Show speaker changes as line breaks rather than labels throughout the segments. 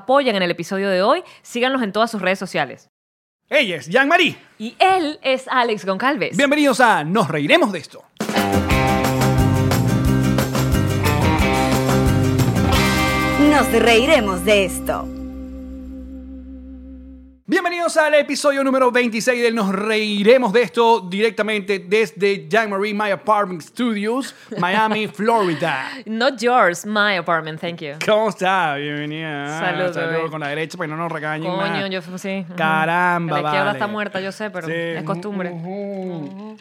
apoyan en el episodio de hoy. Síganos en todas sus redes sociales.
Ella es Jean-Marie.
Y él es Alex Goncalves.
Bienvenidos a Nos Reiremos de esto.
Nos reiremos de esto.
Bienvenidos al episodio número 26 del Nos Reiremos de esto directamente desde Jean-Marie My Apartment Studios, Miami, Florida.
Not yours, my apartment, thank you.
¿Cómo está? Bienvenida.
Saludos, bebé.
con la derecha para que no nos regañen.
Coño,
nada.
yo fui- sí. ajá.
Caramba,
La izquierda
vale.
está muerta, yo sé, pero
Sí.
es costumbre.
Ujú.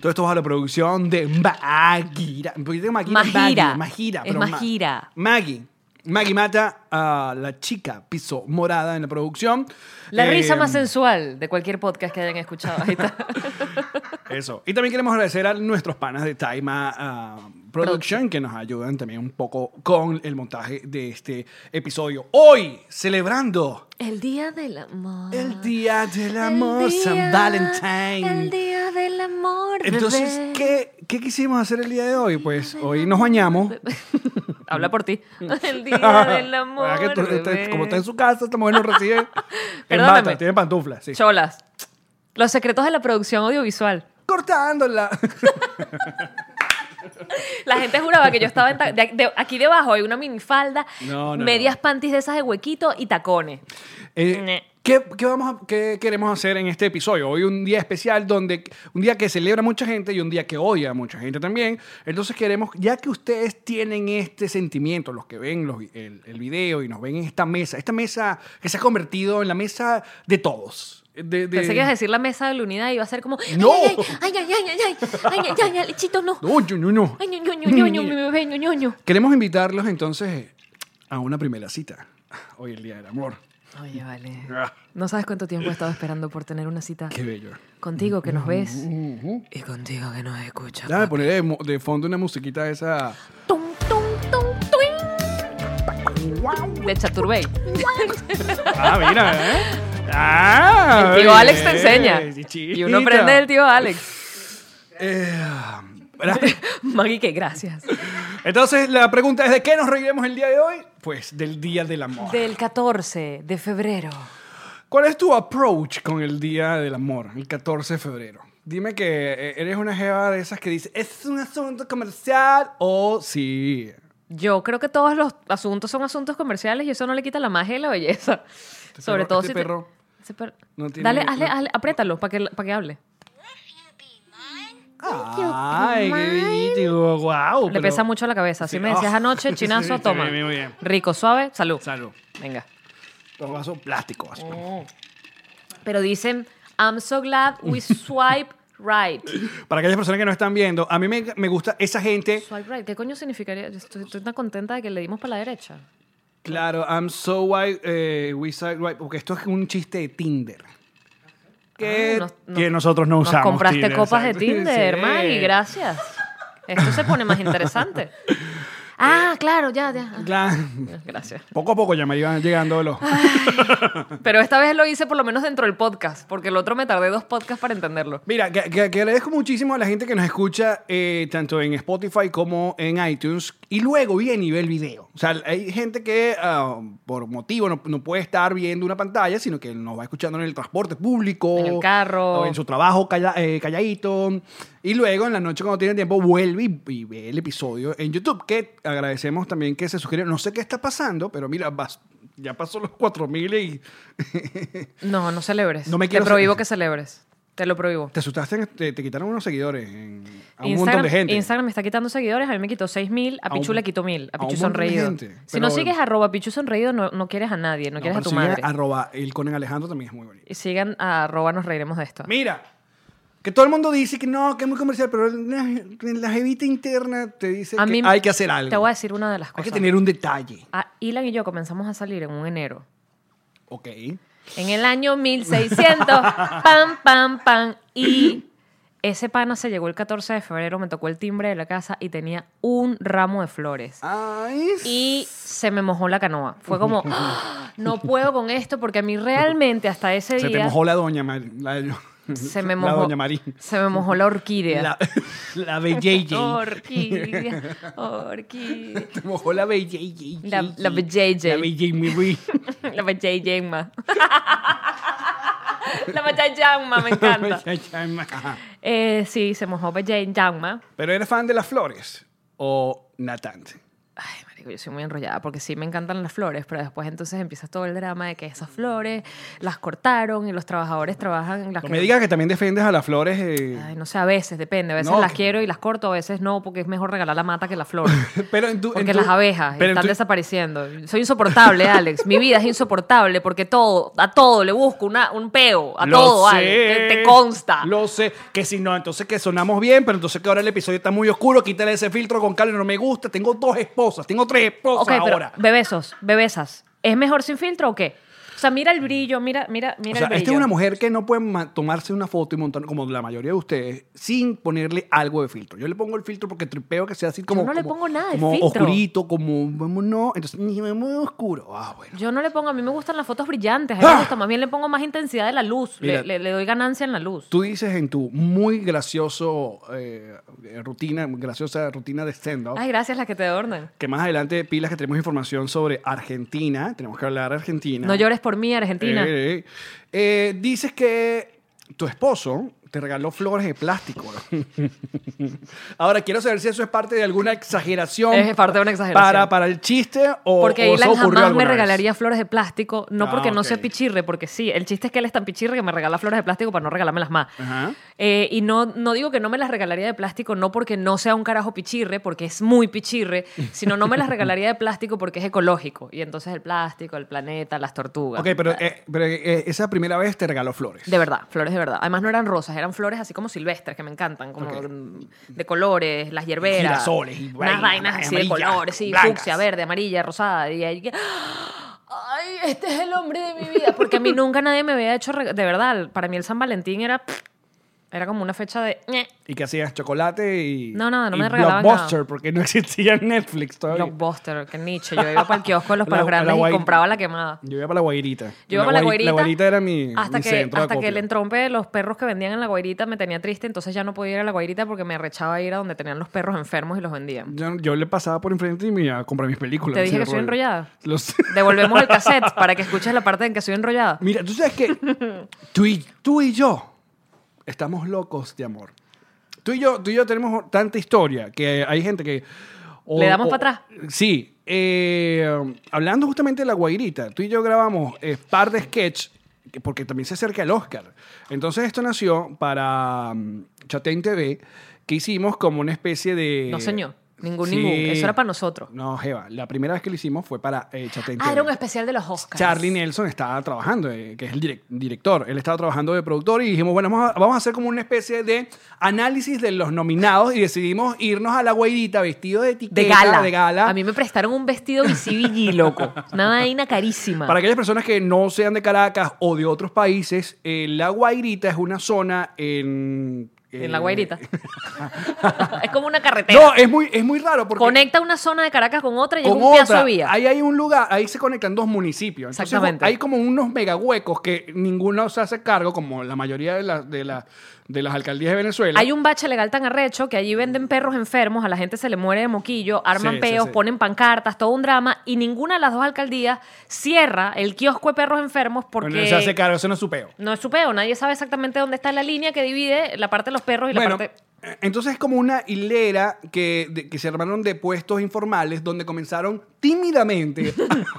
Todo esto bajo la producción de Magira. Porque tengo Magira.
Magira.
Magira.
Es Magira.
Maggie. Maggie Mata, a la chica piso morada en la producción.
La
Eh,
risa más sensual de cualquier podcast que hayan escuchado. Ahí está.
Eso. Y también queremos agradecer a nuestros panas de Taima ah, Production que nos ayudan también un poco con el montaje de este episodio. Hoy, celebrando
el día del amor.
el Día del Amor, San Valentín.
El día Ah. del amor.
Entonces,
bebé.
¿qué, qué quisimos hacer el día de hoy? Pues hoy nos bañamos.
Habla por ti. el día del amor.
¿Verdad Ah, que tú- está-
bebé.
como está en su casa, esta mujer nos recibe en
Perdóname.
bata, tiene pantuflas. sí.
Cholas. Los secretos de la producción audiovisual.
Cortándola.
La gente juraba que yo estaba en ta- de- de- aquí debajo hay una minifalda,
No, no,
medias
no.
panties de esas de huequito y tacones.
Eh,
Ne.
¿qué, qué vamos a- qué queremos hacer en este episodio? Hoy un día especial donde un día que celebra mucha gente y un día que odia a mucha gente también. Entonces queremos, ya que ustedes tienen este sentimiento, los que ven los- el, el video y nos ven en esta mesa, esta mesa que se ha convertido en la mesa de todos. De, de-
Pensé que ibas a decir la mesa de la unidad y iba a ser como
No.
ay ay ay ay ay ay ay ay ay, ay, lechito no.
No, yo no, no. Mm.
Ay, ñoño, ñoño, ñoño, mi bebé, ñoño, ñoño.
Queremos invitarlos entonces a una primera cita. Hoy el Día del Amor.
Oye, vale.
Ah,
No sabes cuánto tiempo he estado esperando por tener una cita
qué bello.
contigo que nos ves y contigo que nos escuchas.
Déjame poner de, mo- de fondo una musiquita esa.
Tum, tum, tum, tuing. De Chaturbey.
Ah, mira, ¿eh? Ah,
Tío
oye,
Alex te enseña.
eh,
Y uno
chiquita.
aprende del tío Alex.
Eh, ah, ¿verdad?
Maggie, que gracias.
Entonces, la pregunta es: ¿de qué nos reiremos el día de hoy? Pues del Día del Amor.
Del 14 de febrero.
¿Cuál es tu approach con el Día del Amor, el 14 de febrero? Dime que eh, eres una jeva de esas que dice, es un asunto comercial o sí.
Yo creo que todos los asuntos son asuntos comerciales y eso no le quita la magia y la belleza. Sobre
perro-
todo
este
si te-
perro
ese perro-
no tiene-
Dale, hazle,
no-
hazle- apriétalo para que, para que hable.
Ay, qué bellito, wow.
Le pesa mucho la cabeza. Así me
ah.
decías anoche, chinazo, toma.
Muy bien, muy bien.
Rico, suave, salud.
Salud.
Venga.
Los vasos plásticos. así.
Pero dicen, I'm so glad we swipe right.
Para aquellas personas que no están viendo, a mí me, me gusta esa gente.
Swipe right. ¿Qué coño significaría? Yo estoy, estoy tan contenta de que le dimos para la derecha.
Claro, I'm so white, eh, we side white, porque esto es un chiste de Tinder. Que,
Ah, nos- nos-
que nosotros no
Nos
usamos.
compraste
Tinder,
copas
exacto.
de Tinder,
Sí.
Maggie, gracias. Esto se pone más interesante. Ah, claro, ya, ya. Ah,
Claro.
Gracias.
Poco a poco ya me iban llegando
Ah,
los.
Pero esta vez lo hice por lo menos dentro del podcast, porque el otro me tardé dos podcasts para entenderlo.
Mira, que, que- que agradezco muchísimo a la gente que nos escucha eh, tanto en Spotify como en iTunes y luego viene y ve el video. O sea, hay gente que ah, por motivo no, no puede estar viendo una pantalla, sino que nos va escuchando en el transporte público.
En el carro.
o en su trabajo calla- eh, calladito. Y luego en la noche cuando tiene tiempo vuelve y, y ve el episodio en YouTube, que agradecemos también que se suscriban. No sé qué está pasando, pero mira, vas- ya pasó los 4.000 y...
No, no celebres.
No me
Te
quiero ce-
prohíbo que celebres. Te lo prohíbo.
Te asustaste, te, te quitaron unos seguidores en- a un
Instagram,
montón de gente.
Instagram me está quitando seguidores, a mí me quitó 6.000, a
A un-
Pichu le quitó 1.000, a
a un
Pichu
montón de
Sonreído.
gente,
si
pero
no
bueno.
sigues arroba Pichu Sonreído, no, no quieres a nadie, no,
No,
quieres a
pero
tu
sigue
madre.
Arroba el con Alejandro también es muy bonito.
Y sigan a arroba nos reiremos de esto.
Mira, Que todo el mundo dice que no, que es muy comercial, pero la, la jevita interna te dice
A
que
mí-
hay que hacer algo.
Te voy a decir una de las
Hay
cosas.
que tener un detalle.
Ah, Ilan y yo comenzamos a salir en un enero.
Ok.
En el año 1600. pam, pam, pam. Y ese pana se llegó el 14 de febrero, me tocó el timbre de la casa y tenía un ramo de flores.
Ay,
Y se me mojó la canoa. Fue como, "Ah, no puedo con esto porque a mí realmente hasta ese
se te
día
mojó la doña Marín. La,
se me
La
mojó
doña Marín.
se me mojó la orquídea.
La, la BJJ.
Orquídea, orquídea.
Te mojó la BJJ.
La- la BJJ.
La BJJ.
La Bajay Yangma. La Bajay Yangma, me encanta. Eh, sí, se mojó Bajay Yangma.
Pero eres fan de las flores o natante.
Ay, marico, yo soy muy enrollada porque sí me encantan las flores, pero después entonces empiezas todo el drama de que esas flores las cortaron y los trabajadores trabajan en las
No
que...
me digas que también defiendes a las flores. eh,
Ay, no sé, a veces, depende. A veces
No,
las
que-
quiero y las corto, a veces no, porque es mejor regalar la mata que la flor.
Pero en tu- en
Porque
tu-
las abejas
pero en
están
tu-
desapareciendo. Soy insoportable, Alex. Mi vida es insoportable porque todo, a todo le busco una- un peo. A
Lo
todo,
sé,
Alex. Te, te consta.
Lo sé. Que si no, entonces que sonamos bien, pero entonces que ahora el episodio está muy oscuro, quítale ese filtro con Carlos, no me gusta. Tengo dos esposas, tengo tres esposas
Ok, pero
ahora.
bebesos, bebesas. ¿Es mejor sin filtro o qué? O sea, mira el brillo, mira, mira, mira
Mm. o sea,
el brillo.
esta es una mujer que no puede ma- tomarse una foto y montar, como la mayoría de ustedes, sin ponerle algo de filtro. Yo le pongo el filtro porque tripeo que sea así como.
no le
como-
pongo nada de
como
filtro.
oscurito, como. vamos, No, entonces, ni me muy oscuro. Ah, bueno.
Yo no le pongo, a mí me gustan las fotos brillantes, a mí me
¡Ah!
gusta, más bien le pongo más intensidad de la luz,
Mira.
le, le- le doy ganancia en la luz.
Tú dices en tu muy gracioso eh, rutina, graciosa rutina de stand-up.
Ay, gracias las que te adornan.
que más adelante, pilas, que tenemos información sobre Argentina. Tenemos que hablar de Argentina.
No llores por mí, Argentina.
Eh, eh, eh. Eh, dices que tu esposo te regaló flores de plástico. Ahora, quiero saber si eso es parte de alguna exageración.
Es parte de una exageración.
Para, para el chiste o
porque
o eso
Ilan
ocurrió
jamás
alguna
me
vez.
regalaría flores de plástico, no
Ah,
porque no
ok.
sea pichirre, porque sí, el chiste es que él es tan pichirre que me regala flores de plástico para no regalármelas más.
Ajá.
Eh, y no, no digo que no me las regalaría de plástico, no porque no sea un carajo pichirre, porque es muy pichirre, sino no me las regalaría de plástico porque es ecológico. Y entonces el plástico, el planeta, las tortugas.
Ok, pero, eh, pero, eh, esa primera vez te regaló flores.
De verdad, flores de verdad. Además no eran rosas, eran flores así como silvestres, que me encantan, como
Ok.
mm, de colores, las hierberas.
Girasoles y
Unas
vainas,
vainas así de
amarillas,
colores, sí,
blancas.
fucsia, verde, amarilla, rosada. Y ahí que... ¡Ay, este es el hombre de mi vida! Porque a mí nunca nadie me había hecho... rega- De verdad, para mí el San Valentín era... Era como una fecha de... ñe.
¿Y que hacías? ¿Chocolate y
No, no, no
y
me regalaban
Blockbuster?
nada.
Porque no existía Netflix todavía.
Blockbuster, que Nietzsche. Yo iba para el kiosco de los
La-
palos
la
grandes y
guair-
compraba la quemada.
Yo iba para la Guairita.
Yo iba para la
guai-
guairita.
La Guairita era mi,
hasta
mi
que,
centro de
Hasta que
acopio.
el entrompe de los perros que vendían en la guairita me tenía triste, entonces ya no podía ir a la guairita porque me arrechaba ir a donde tenían los perros enfermos y los vendían.
Yo, yo le pasaba por enfrente y me iba a comprar mis películas.
Te
ese
dije que soy
rollo.
enrollada.
Lo sé.
Devolvemos el cassette para que escuches la parte en que soy enrollada.
Mira, tú sabes que tú y, tú y yo estamos locos de amor. Tú y yo, tú y yo tenemos tanta historia que hay gente que... o-
Le damos
o-
para atrás.
Sí. eh, hablando justamente de la guairita, tú y yo grabamos eh, par de sketch que- porque también se acerca el Oscar. Entonces esto nació para mm, Chatén TV que hicimos como una especie de...
No, señor. Ningún, ningún. Eso era para nosotros.
No, Jeva. La primera vez que lo hicimos fue para eh, Chatén
Ah,
TV.
era un especial de los Oscars.
Charlie Nelson estaba trabajando, eh, que es el direc- director. Él estaba trabajando de productor y dijimos, bueno, vamos a, vamos a hacer como una especie de análisis de los nominados y decidimos irnos a la guairita vestido de etiqueta,
De gala.
de gala.
A mí me prestaron un vestido visibilí, loco. Una vaina carísima.
Para aquellas personas que no sean de Caracas o de otros países, eh, la guairita es una zona en... eh,
En la guairita. es como una carretera.
No, es muy, es muy raro porque...
Conecta una zona de Caracas con otra y es
con
un pedazo
otra,
de vía.
Ahí hay un lugar, ahí se conectan dos municipios. Entonces,
Exactamente.
Hay como unos megahuecos que ninguno se hace cargo, como la mayoría de, las de, la- de las alcaldías de Venezuela.
Hay un bache legal tan arrecho que allí venden perros enfermos, a la gente se le muere de moquillo, arman
Mm. Sí, sí,
peos,
sí.
ponen pancartas, todo un drama, y ninguna de las dos alcaldías cierra el kiosco de perros enfermos porque
Bueno, se hace cargo, eso no es su peo.
no es su peo, nadie sabe exactamente dónde está la línea que divide la parte de los perros y la
Bueno,
parte...
eh, entonces es como una hilera que, de- que se armaron de puestos informales donde comenzaron tímidamente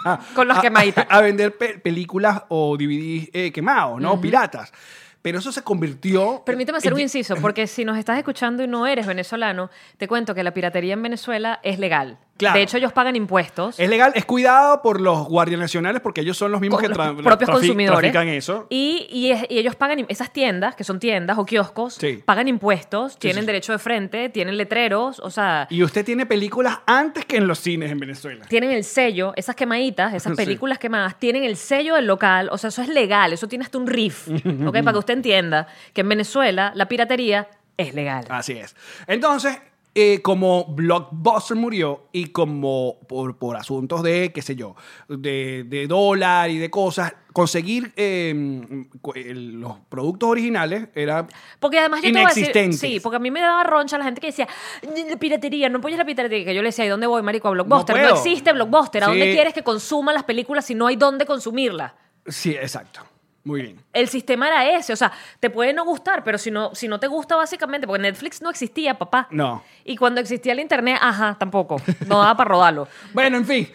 a,
Con los
a-
quemaditos.
a, vender pe- películas o DVDs eh, quemados, ¿no? Piratas. Pero eso se convirtió...
Permíteme hacer un
eh,
inciso, porque si nos estás escuchando y no eres venezolano, te cuento que la piratería en Venezuela es legal.
Claro.
De hecho, ellos pagan impuestos.
Es legal, es cuidado por los guardias nacionales porque ellos son los mismos
con
que
los
tra-
propios
trafi-
consumidores.
trafican eso.
Y, y es- y ellos pagan, im- esas tiendas, que son tiendas o kioscos,
Sí.
pagan impuestos, tienen
sí, sí.
derecho de frente, tienen letreros, o sea,
Y usted tiene películas antes que en los cines en Venezuela.
tienen el sello, esas quemaditas, esas
Sí.
películas quemadas, tienen el sello del local, o sea, eso es legal, eso tiene hasta un riff, ¿ok? Para que usted entienda que en Venezuela la piratería es legal.
Así es. Entonces, eh, como Blockbuster murió y como por, por asuntos de, qué sé yo, de, de dólar y de cosas, conseguir eh, cu- el- los productos originales era...
Porque además yo te voy a decir,
Inexistentes.
sí, porque a mí me daba roncha la gente que decía, "Ni la piratería, no apoyes la piratería, que yo le decía, ¿y dónde voy, marico? A Blockbuster. No,
puedo.
existe Blockbuster. ¿A dónde
Sí.
quieres que consuman las películas si no hay dónde consumirlas?
Sí, exacto. Muy bien.
El sistema era ese, o sea, te puede no gustar, pero si no, si no te gusta básicamente, porque Netflix no existía, papá.
No.
Y cuando existía el internet, ajá, tampoco. No daba para rodarlo.
Bueno, en fin.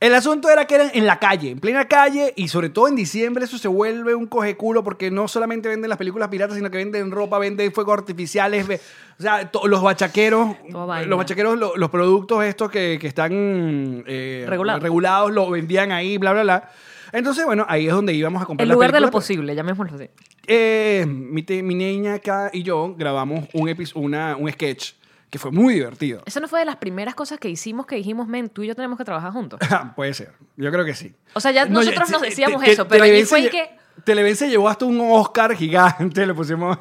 El asunto era que eran en la calle, en plena calle, y sobre todo en diciembre eso se vuelve un coge culo porque no solamente venden las películas piratas, sino que venden ropa, venden fuegos artificiales, ve- o sea, to- los bachaqueros,
Toda vaina.
los bachaqueros, lo- los productos estos que, que están eh,
Regulados.
regulados, los vendían ahí, bla, bla, bla. Entonces, bueno, ahí es donde íbamos a comprar
El
las
lugar de lo
películas.
posible, llamémoslo así.
Eh, mi, te- mi niña acá y yo grabamos un, epi- una, un sketch que fue muy divertido.
Eso no fue de las primeras cosas que hicimos que dijimos, men, tú y yo tenemos que trabajar juntos.
Puede ser, yo creo que sí.
O sea, ya nosotros
ya-
nos
te-
decíamos
te-
eso, pero allí
Televen
fue
se
el
lle-
que...
Televen se llevó hasta un Oscar gigante, le pusimos.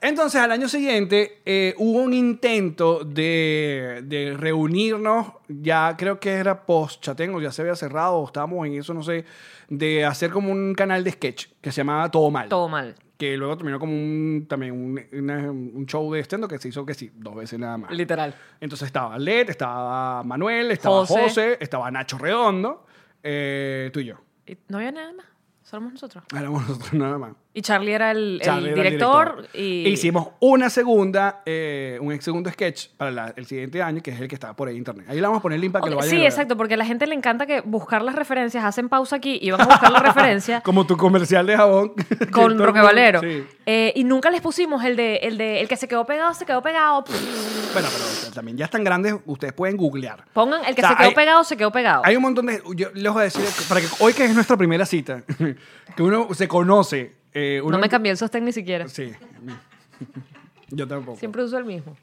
Entonces, al año siguiente eh, hubo un intento de, de reunirnos, ya creo que era post Chatengo, ya se había cerrado, o estábamos en eso, no sé, de hacer como un canal de sketch que se llamaba Todo Mal.
Todo mal.
Que luego terminó como un, también un, una- un show de stand que se hizo que sí, dos veces nada más.
Literal.
Entonces estaba Led, estaba Manuel, estaba
José.
José, estaba Nacho Redondo, eh, tú y yo.
Y No había nada más. Somos nosotros.
Éramos nosotros nada más.
Y Charlie era el, el
Charlie era el
director,
director. E
y
Hicimos una segunda, eh, un segundo sketch para la- el siguiente año, que es el que está por ahí en internet. Ahí le vamos a poner el link para que lo
Ok,
vayan a
Sí,
ver.
exacto, porque a la gente le encanta que buscar las referencias, hacen pausa aquí y van a buscar la referencia
Como tu comercial de jabón. Que
con
todo
Roque
el mundo-
Valero.
Sí.
Eh, y nunca les pusimos el de el de el que se quedó pegado, se quedó pegado. Pff.
Bueno, pero también ya están grandes, ustedes pueden googlear.
Pongan el que
O sea,
se quedó
hay-
pegado, se quedó pegado.
Hay un montón de. Yo les voy a decir, para que hoy que es nuestra primera cita, que uno se conoce. eh, uno,
no me cambié el sostén ni siquiera.
Sí. Yo tampoco.
Siempre uso el mismo.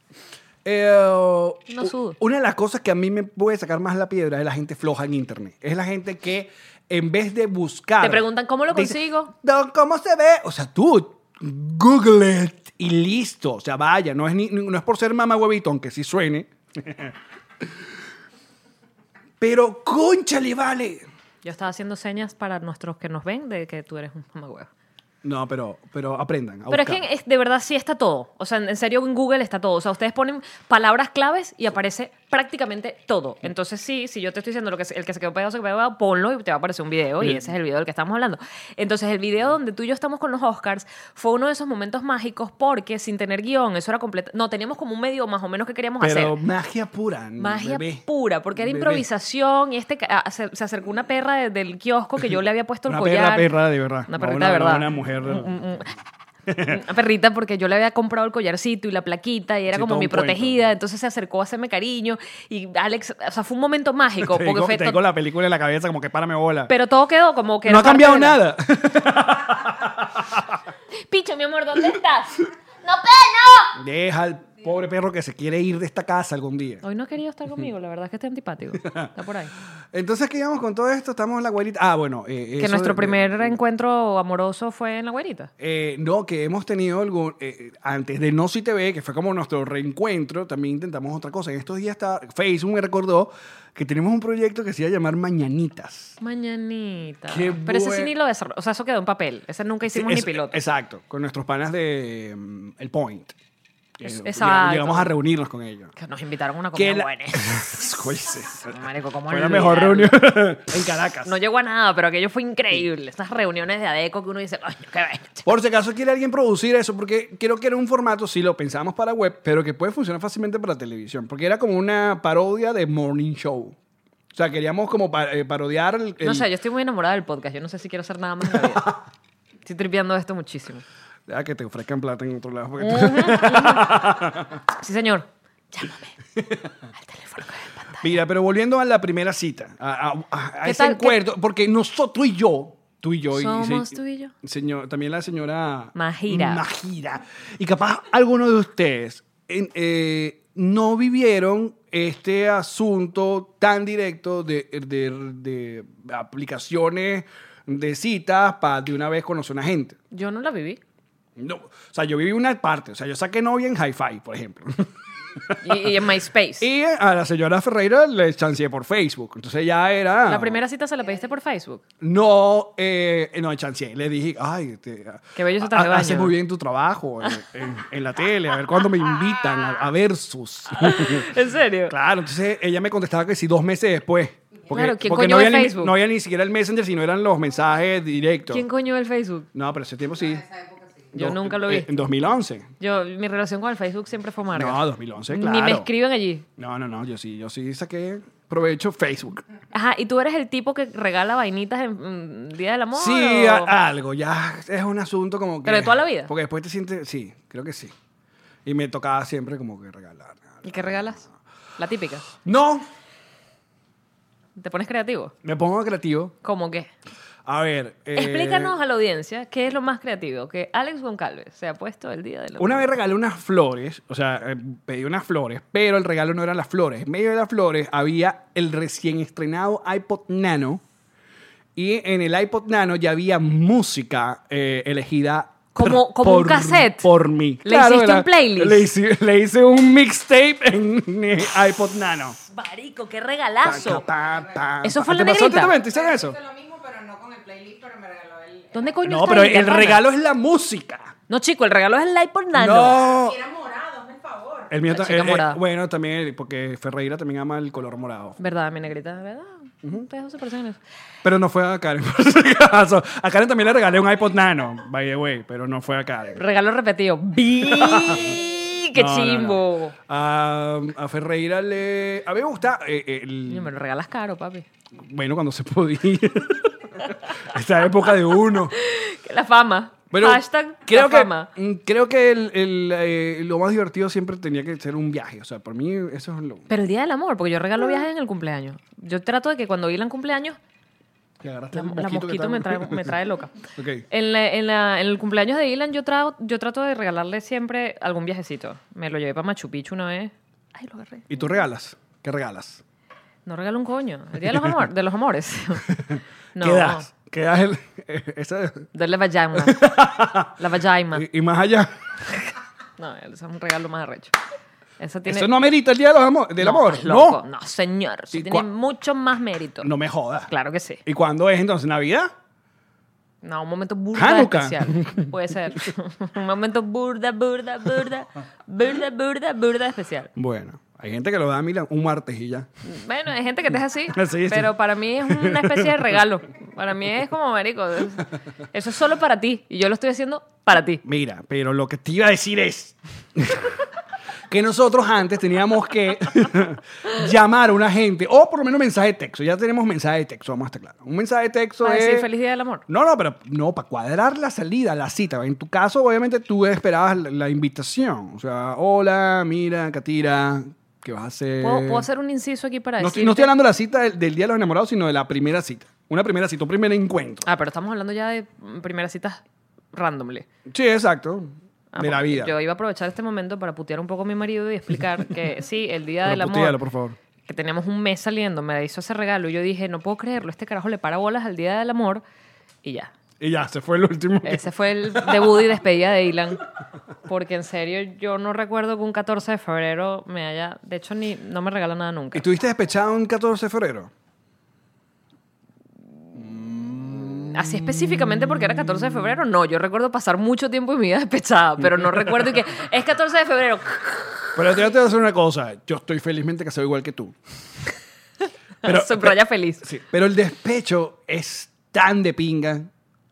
Eh,
No
u-
sudo.
Una de las cosas que a mí me puede sacar más la piedra es la gente floja en internet. Es la gente que en vez de buscar...
Te preguntan, ¿cómo lo
te dice,
consigo?
"Don, ¿Cómo se ve? O sea, tú, Google it y listo. O sea, vaya, no es, ni- no es por ser mamá huevito, aunque sí suene. Pero, concha, le vale.
Yo estaba haciendo señas para nuestros que nos ven de que tú eres un mamagüevo.
No, pero, pero aprendan a
Pero es
buscar.
que es- de verdad sí está todo. O sea, en en serio en Google está todo. O sea, ustedes ponen palabras claves y aparece prácticamente todo. Entonces sí, si yo te estoy diciendo lo que se- el que se quedó pegado, se quedó pegado, ponlo y te va a aparecer un video y
Sí.
ese es el video del que estamos hablando. Entonces el video donde tú y yo estamos con los Oscars fue uno de esos momentos mágicos porque sin tener guión, eso era completo. No, teníamos como un medio más o menos que queríamos hacer.
Pero magia pura.
Magia
bebé.
pura, porque era
Bebé.
improvisación y este ca- ah, se, se acercó una perra de- del kiosco que yo le había puesto el
Una
collar.
perra, perra, de verdad.
Una
No,
perrita
una-
de
no,
verdad.
una mujer.
Un- un- un- una perrita porque yo le había comprado el collarcito y la plaquita y era
Sí,
como
todo
mi
un cuento.
protegida, entonces se acercó a hacerme cariño y Alex, o sea, fue un momento mágico
Te
porque
digo,
fue
te
to-
digo la película en la cabeza como que párame bola.
pero todo quedó como que
no
era
ha
parte
cambiado
de la-
nada.
Picho, mi amor, ¿dónde estás? No pena.
Deja al pobre perro que se quiere ir de esta casa algún día.
Hoy no ha querido estar conmigo, la verdad es que estoy antipático. Está por ahí.
Entonces, ¿qué íbamos con todo esto? Estamos en la güerita. Ah, bueno. eh,
Que
eso
nuestro
de-
primer encuentro amoroso fue en la güerita.
eh, no, que hemos tenido algún. eh, antes de No Si TV, que fue como nuestro reencuentro, también intentamos otra cosa. En estos días está, Facebook me recordó que tenemos un proyecto que se iba a llamar Mañanitas.
Mañanita.
Qué
Pero ese sí
buen-
ni lo desarrolló. O sea, eso quedó en papel. Ese nunca hicimos
Sí,
ni
es- eh,
piloto.
Exacto, con nuestros panas de mm, El Point. Eh,
Es-
lleg-
exacto.
Llegamos a reunirnos con ellos.
Que nos invitaron a una
Que
comida
la-
buena.
Joder, sí.
Marico, ¿cómo
Fue la
olvidar?
mejor reunión en Caracas.
No llegó a nada, pero aquello fue increíble. Estas reuniones de ADECO que uno dice, ¡ay, qué bestia!
Por si acaso quiere alguien producir eso, porque creo que era un formato, sí lo pensamos para web, pero que puede funcionar fácilmente para televisión, porque era como una parodia de Morning Show. O sea, queríamos como pa- eh, parodiar el,
No
el-
sé, yo estoy muy enamorada del podcast. Yo no sé si quiero hacer nada más en la vida. Estoy tripeando esto muchísimo. Mm.
Ah, que te ofrezcan plata en otro lado. porque-
Sí, señor. Llámame al teléfono que hay en pantalla.
Mira, pero volviendo a la primera cita, a, a- a- a
¿Qué
ese
tal? ¿Qué-
encuentro, porque nosotros, tú y yo, tú y yo, y-
Somos
sí,
tú y yo.
señor- también la señora
Majira.
Majira. Y capaz alguno de ustedes en- eh, no vivieron este asunto tan directo de, de- de aplicaciones de citas para de una vez conocer a una gente.
Yo no la viví.
No, o sea, yo viví una parte, o sea, yo saqué novia en Hi-Fi, por ejemplo.
Y, y en MySpace.
Y a la señora Ferreira le chanceé por Facebook. Entonces ya era.
La primera cita se la pediste por Facebook.
No, eh, no, chanceé. Le dije, ay, te,
Qué bello ese
ha-
traje de
Haces
baño.
muy bien tu trabajo en, en- en la tele. A ver cuándo me invitan a, a Versus.
¿En serio?
claro, entonces ella me contestaba que sí, dos meses después. Porque,
Claro, ¿quién
porque
coño
no,
ve
había ni,
Facebook?
no había ni siquiera el Messenger, sino eran los mensajes directos.
¿Quién coño ve el Facebook?
no, pero ese tiempo sí.
Yo
Dos-
nunca lo
eh,
vi.
En 2011.
Yo, mi relación con el Facebook siempre fue amarga.
No, 2011, claro.
Ni me escriben allí.
No, no, no, yo sí, yo sí saqué provecho Facebook.
Ajá, y tú eres el tipo que regala vainitas en mm, Día del Amor.
Sí,
o-
a- algo, ya es un asunto como que...
¿Pero de toda la vida?
Porque después te sientes, sí, creo que sí. Y me tocaba siempre como que regalar.
¿Y qué regalas? La típica.
No,
¿Te pones creativo?
me pongo creativo.
¿Cómo qué?
A ver... eh,
Explícanos a la audiencia qué es lo más creativo que Alex Goncalves se ha puesto el día del amor.
Una vez regalé unas flores, o sea, eh, pedí unas flores, pero el regalo no eran las flores. En medio de las flores había el recién estrenado iPod Nano y en el iPod Nano ya había música eh, elegida
Como-
por-
como un
por-
cassette.
por mí.
Le hiciste un playlist.
Le hice, le hice un mixtape en eh, iPod Nano.
Marico, qué regalazo.
Pa, pa, pa,
Eso
pa.
fue la
¿Te pasó a ti
negrita?
también? ¿Te hicieron eso?
lo mismo, pero no con el playlist, pero me regaló el...
¿Dónde coño
No,
está
pero
Erika,
el
pana?
regalo es la música.
No, chico, el regalo es el like por nano.
No.
Era morado, hazme el favor.
El mío
La
ta-
chica
eh, eh,
morada.
bueno, también, eh, porque Ferreira también ama el color morado.
¿Verdad, mi negrita? ¿Verdad? Te dejo súper en eso.
Pero no fue a Karen, por si acaso. A Karen también le regalé un iPod Nano, by the way, pero no fue a Karen.
Regalo repetido. ¡Bi! ¡Qué
No, no, no.
chimbo!
Ah, a Ferreira le... A mí me gusta... eh, eh, el-
Coño, Me lo regalas caro, papi.
Bueno, cuando se podía. Esta época de uno.
Que La fama.
Bueno,
Hashtag
creo
la
que,
fama.
mm, Creo que el- el, eh, lo más divertido siempre tenía que ser un viaje. O sea, por mí eso es lo...
Pero el día del amor, porque yo regalo viajes en el cumpleaños. Yo trato de que cuando Ilan cumpleaños,
Que agarraste
la,
el
la mosquito,
mosquito que
me, trae,
estaba-
me trae loca.
Ok.
En, la- en la- en el cumpleaños de Ilan, yo, trago- yo trato de regalarle siempre algún viajecito. Me lo llevé para Machu Picchu una vez. Ay, lo agarré.
¿Y tú regalas? ¿Qué regalas?
No regalo un coño. El día de los, amor- de los amores. No.
¿Qué das? ¿Qué das el- eh, esa-
De la vagina. La vagina.
y- y más allá...
No, eso es un regalo más arrecho. Eso tiene.
Eso no amerita el día de los amo- del
No,
amor.
estás loco.
No.
No, señor. Eso
¿Y
tiene
cua-
mucho más mérito.
No me jodas.
Claro que sí.
¿Y cuándo es entonces? ¿Navidad?
No, un momento burda
Hanukkah.
especial. Puede ser. un momento burda, burda, burda. Burda, burda, burda especial.
Bueno, hay gente que lo da, mira, un martes y ya.
Bueno, hay gente que te es así,
Sí, sí.
pero para mí es una especie de regalo. Para mí es como, marico, es- eso es solo para ti y yo lo estoy haciendo para ti.
Mira, pero lo que te iba a decir es que nosotros antes teníamos que llamar a una gente, o por lo menos mensaje de texto. Ya tenemos mensaje de texto, vamos a estar claro. Un mensaje de texto
Para
es...
decir feliz día del amor.
No, no, pero no, para cuadrar la salida, la cita. En tu caso, obviamente, tú esperabas la, la invitación. O sea, hola, mira, Katira, ¿qué vas a hacer?
¿Puedo, puedo hacer un inciso aquí para
Eh. No
decir?
estoy, no estoy hablando de la cita del, del Día de los Enamorados, sino de la primera cita. Una primera cita, un primer encuentro.
Ah, pero estamos hablando ya de mm, primeras citas randomly.
Sí, exacto.
Ah,
de la
porque
vida.
Yo iba a aprovechar este momento para putear un poco a mi marido y explicar que sí, el día
Pero
del amor.
putéalo, por favor.
Que teníamos un mes saliendo, me hizo ese regalo y yo dije, no puedo creerlo, este carajo le para bolas al día del amor y ya.
Y ya, se fue el último.
Ese fue el debut y despedida de Ilan. Porque en serio, yo no recuerdo que un 14 de febrero me haya. De hecho, ni no me regala nada nunca.
¿Y tuviste despechado un 14 de febrero?
Así específicamente porque era 14 de febrero, no. Yo recuerdo pasar mucho tiempo en mi vida despechada, pero no recuerdo y que es 14 de febrero.
Pero yo te voy a decir una cosa. Yo estoy felizmente casado igual que tú. Pero,
Subraya feliz.
sí, pero el despecho es tan de pinga.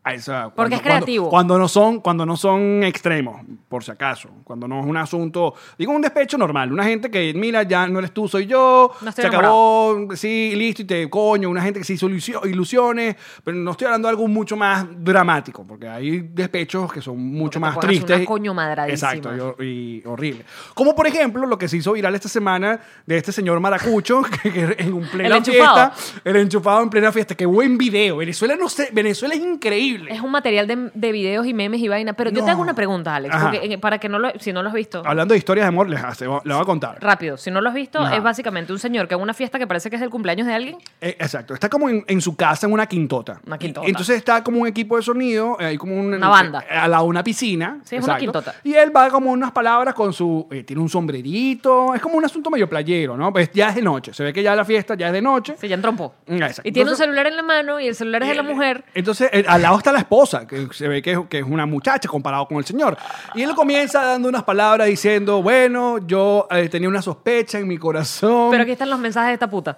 a esa-
Porque
cuando-
es creativo.
Cuando, cuando no son, cuando no son extremos, por si acaso. Cuando no es un asunto, digo, un despecho normal. Una gente que, mira, ya no eres tú, soy yo.
No estoy
se acabó, sí, listo, y te coño. Una gente que se hizo ilusio- ilusiones. Pero no estoy hablando de algo mucho más dramático, porque hay despechos que son
te
mucho más
pongas
tristes.
una coño madradísima.
Exacto, yo- y horrible. Como por ejemplo lo que se hizo viral esta semana de este señor Maracucho, que, que en un plena
enchufado.
fiesta, el enchufado en plena fiesta. Qué buen video. Venezuela no sé, Venezuela es increíble.
Es un material de, de videos y memes y vaina. Pero yo
No.
te hago una pregunta, Alex,
Ajá.
porque, eh, para que no lo, si no lo has visto.
Hablando de historias de amor, les hace- la voy a contar.
Rápido, si no lo has visto,
Ajá.
es básicamente un señor que en una fiesta que parece que es el cumpleaños de alguien.
Eh, exacto. Está como en, en su casa, en una quintota.
Una quintota.
Entonces está como un equipo de sonido, eh, hay como un-
Una banda.
eh, Al lado de una piscina.
Sí, es una quintota.
Y él va como unas palabras con su. eh, tiene un sombrerito. Es como un asunto medio playero, ¿no? Pues ya es de noche. Se ve que ya la fiesta ya es de noche.
Se ya entrompó.
Exacto.
Y tiene un
Entonces-
celular en la mano y el celular es de la mujer.
Entonces, eh, al lado está la esposa, que se ve que es, que es una muchacha comparado con el señor. Y él comienza dando unas palabras diciendo, bueno, yo eh, tenía una sospecha en mi corazón.
Pero aquí están los mensajes de esta puta.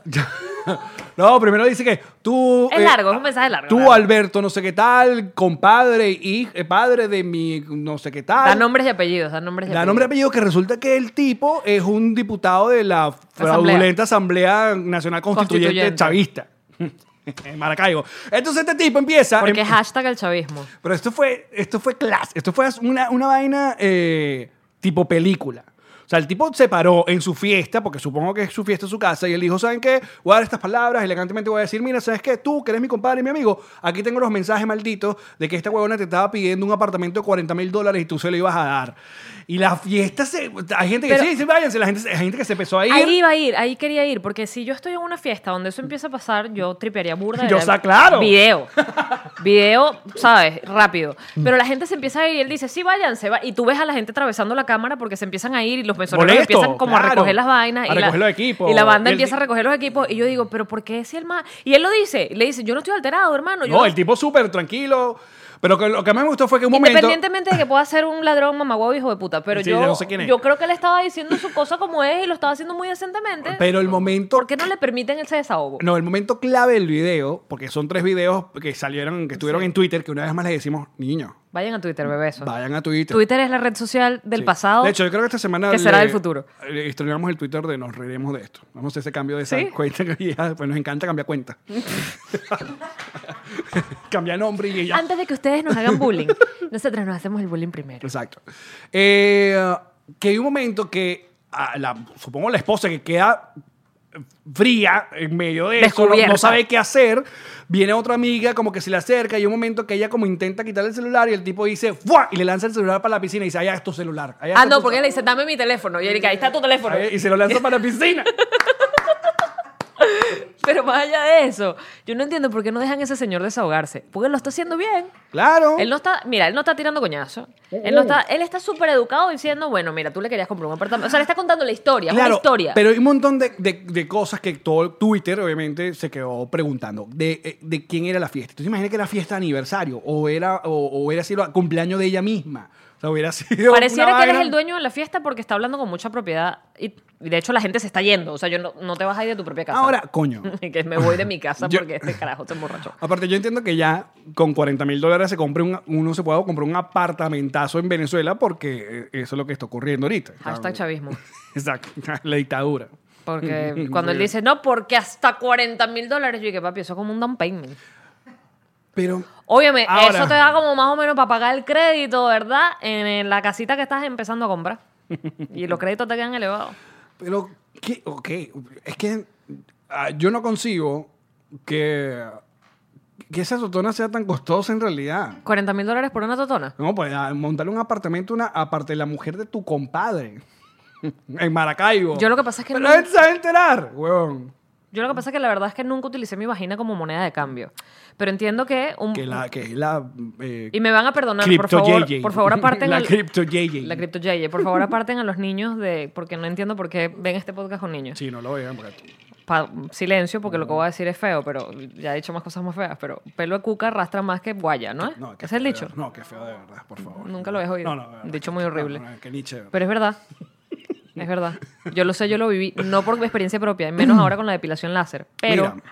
No, primero dice que tú...
Es largo, es un mensaje largo,
eh, Tú,
largo.
Alberto, no sé qué tal, compadre y eh, padre de mi no sé qué tal.
Da nombres y apellidos, da nombres y
Da
apellidos.
nombre y apellido que resulta que el tipo es un diputado de la fraudulenta Asamblea Nacional Constituyente,
Constituyente.
Chavista. En Maracaibo. Entonces este tipo empieza...
Porque
em-
es hashtag el chavismo.
Pero esto fue, esto fue clase, esto fue una, una vaina eh, tipo película. O sea, el tipo se paró en su fiesta, porque supongo que es su fiesta, es su casa, y él dijo, ¿saben qué? Voy a dar estas palabras, elegantemente voy a decir, mira, ¿sabes qué? Tú, que eres mi compadre y mi amigo, aquí tengo los mensajes malditos de que esta huevona te estaba pidiendo un apartamento de 40 mil dólares y tú se lo ibas a dar. Y la fiesta se... Hay gente que
Pero-
sí, sí, váyanse, la gente, hay gente que se empezó a ir.
Ahí iba a ir, ahí quería ir, porque si yo estoy en una fiesta donde eso empieza a pasar, yo tripearía burda.
Yo
de-
sa- claro.
Video. Video, ¿sabes? Rápido.
Mm.
Pero la gente se empieza a ir y él dice, sí, váyanse. va-". Y tú ves a la gente atravesando la cámara porque se empiezan a ir y los mesoneros
Molesto,
empiezan como a
claro.
recoger las vainas.
A
y la-
recoger los equipos.
Y la banda
Y el
empieza a
ti-
recoger los equipos. Y yo digo, ¿pero por qué si el más...? Y él lo dice. y le dice, yo no estoy alterado, hermano. yo
No, el tipo súper tranquilo. Pero que lo que a mí me gustó fue que un momento...
Independientemente de que pueda ser un ladrón, mamagüevo, hijo de puta, pero
Sí,
yo,
ya no sé quién es.
yo creo que él estaba diciendo su cosa como es y lo estaba haciendo muy decentemente.
Pero el momento
¿Por qué no le permiten ese desahogo?
No, el momento clave del video, porque son tres videos que salieron, que estuvieron en Twitter, que una vez más les decimos, niños,
Vayan a Twitter, bebés.
vayan a Twitter.
Twitter es la red social del
Sí.
pasado.
De hecho, yo creo que esta semana.
que será del futuro.
le Estrenamos el Twitter de Nos Reiremos de esto. Vamos a ese cambio de esa
¿Sí?
cuenta que ya, pues nos encanta cambiar cuenta. cambiar nombre y ya.
Antes de que ustedes nos hagan bullying, nosotros nos hacemos el bullying primero.
Exacto. Eh, que hay un momento que a la- supongo la esposa que queda fría en medio de eso, no- no,
Descubierta.
sabe qué hacer, viene otra amiga como que se le acerca y hay un momento que ella como intenta quitarle el celular y el tipo dice ¡Fua! y le lanza el celular para la piscina y dice allá es tu celular. allá
Ah,
está
no,
tu
porque
cel-".
él le dice, dame mi teléfono. Y él dice, ahí está tu teléfono.
Ahí- y se lo lanza para la piscina.
Pero más allá de eso, yo no entiendo por qué no dejan a ese señor desahogarse. Porque lo está haciendo bien.
Claro.
Él no está, mira, él no está tirando coñazo. Él no está, él está súper educado diciendo, bueno, mira, tú le querías comprar un apartamento. O sea, le está contando la historia, es una historia.
Pero hay un montón de, de- de cosas que todo Twitter, obviamente, se quedó preguntando de, eh, de quién era la fiesta. Entonces, imagina que era fiesta de aniversario o era o, o hubiera sido cumpleaños de ella misma. O sea, hubiera sido.
Pareciera
una
que él es
vaina-
el dueño de la fiesta porque está hablando con mucha propiedad y, y de hecho la gente se está yendo. O sea, yo no, no te vas a ir de tu propia casa.
Ahora, coño.
que me voy de mi casa
Yo-
porque este carajo se emborrachó.
Aparte, yo entiendo que ya con 40 mil dólares se compre un, uno se puede comprar un apartamentazo en Venezuela porque eh, eso es lo que está ocurriendo ahorita.
Hashtag chavismo.
Exacto, la dictadura.
Porque cuando él
Muy bien.
dice, no, porque hasta 40 mil dólares, yo dije, papi, eso es como un down payment.
Pero
Obviamente,
Ahora.
eso te da como más o menos para pagar el crédito, ¿verdad? En, en la casita que estás empezando a comprar. Y los créditos te quedan elevados.
Pero, ¿qué? Ok, es que ah, yo no consigo que, que esa sotona sea tan costosa en realidad.
40 mil dólares por una totona.
No, pues a montarle un apartamento una, aparte de la mujer de tu compadre en Maracaibo.
Yo lo que pasa es que
Pero
no-
él se va a enterar, huevón.
Yo lo que pasa es que la verdad es que nunca utilicé mi vagina como moneda de cambio. Pero entiendo que un...
Que, la, que es la... eh,
Y me van a perdonar, por
Crypto
favor.
JJ.
Por favor, aparten
La
al-
Crypto JJ.
La Crypto JJ. Por favor, aparten a los niños de... Porque no entiendo por qué ven este podcast con niños.
Sí, no lo vean. porque-
Pa- silencio, porque lo que voy a decir es feo, pero ya he dicho más cosas más feas. Pero pelo de cuca arrastra más que guaya, ¿no? es?
No, qué
¿Ese ¿Ah? es el
feo de
dicho?
verdad. No, qué feo de verdad, por favor.
Nunca lo habías oído.
No, no, de verdad.
Dicho muy horrible.
No, no, que Nietzsche.
Pero es verdad. Es verdad. Yo lo sé, yo lo viví. No por mi experiencia propia, y menos ahora con la depilación láser. Pero
Mira,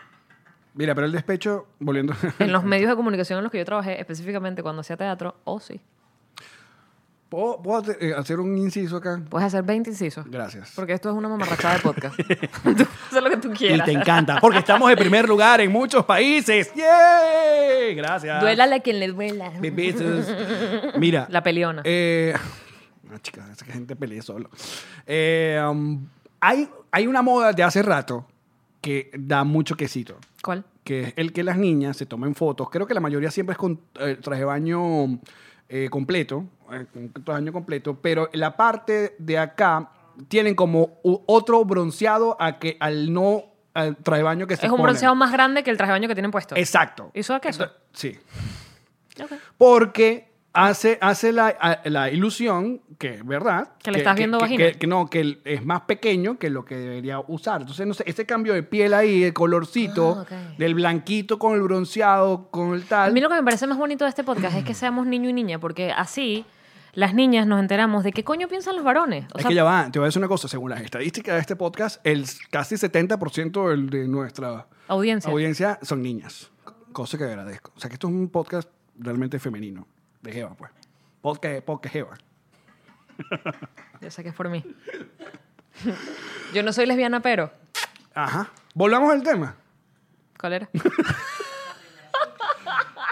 Mira, pero el despecho, volviendo.
En los medios de comunicación en los que yo trabajé, específicamente cuando hacía teatro, oh sí.
¿Puedo, puedo hacer- eh, hacer un inciso acá?
Puedes hacer 20 incisos.
Gracias.
Porque esto es una mamarrachada de podcast. tú puedes hacer lo que tú
Y
quieras.
te encanta, porque estamos en primer lugar en muchos países. ¡Yay! Gracias.
Duélale a quien le duela.
Bebitos. Mira.
La peleona.
Eh, no, chica, esa gente pelea solo. Eh, um, hay, hay una moda de hace rato que da mucho quesito,
¿Cuál?
que es el que las niñas se tomen fotos. Creo que la mayoría siempre es con eh, traje de baño eh, completo, eh, con traje de baño completo, pero la parte de acá tienen como u- otro bronceado a que al no al traje de baño que se
Es un
ponen.
bronceado más grande que el traje de baño que tienen puesto.
Exacto.
¿Hizo a queso?
Entonces, Sí.
Ok.
Porque hace, hace la, a- la ilusión, que es verdad.
Que le estás viendo
que-
vagina.
Que, que no, que el- es más pequeño que lo que debería usar. Entonces, no sé, ese cambio de piel ahí, el colorcito,
Ah, ok.
del blanquito con el bronceado, con el
A
tal.
mí lo que me parece más bonito de este podcast es que seamos niño y niña, porque así las niñas nos enteramos de qué coño piensan los varones. O
es
sea,
que ya va, te voy a decir una cosa. Según las estadísticas de este podcast, el casi 70% del- de nuestra
Audiencia.
audiencia son niñas. Cosa que agradezco. O sea, que esto es un podcast realmente femenino. De Jeva, pues. Podcast, podcast Jeva.
yo sé que es por mí. yo no soy lesbiana, pero.
Ajá. Volvamos al tema.
¿Cuál era?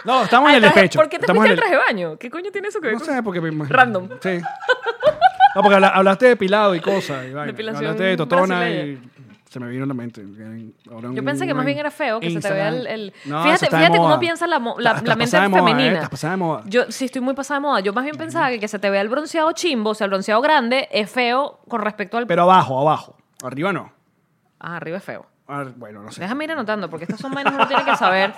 No, estamos en el
Ah, Traje-
despecho.
¿Por qué te
Estamos
fuiste al
en el-
traje de baño? ¿Qué coño tiene eso que ver?
No
con-
sé, porque me imagino.
Random.
Sí. No, porque habla- hablaste de pilado y cosas. Y vaina.
Depilación
Hablaste de totona
brasileña.
y se me vino a la mente.
Yo
Ahora un-
pensé que más bien era feo que se
Instagram.
te vea el... el-
No, eso
fíjate
está de
fíjate cómo
moda.
piensa la, mo- la,
Estás-
la
estás
mente
pasada de moda, ¿eh?
femenina.
Estás pasada de moda.
Yo sí estoy muy pasada de moda. Yo más bien pensaba que que se te vea el bronceado chimbo, o sea, el bronceado grande, es feo con respecto al...
Pero abajo, abajo. Arriba no.
Ah, arriba es feo.
Ar- Bueno, no sé.
Déjame ir anotando, porque estas son vainas que uno tiene que saber.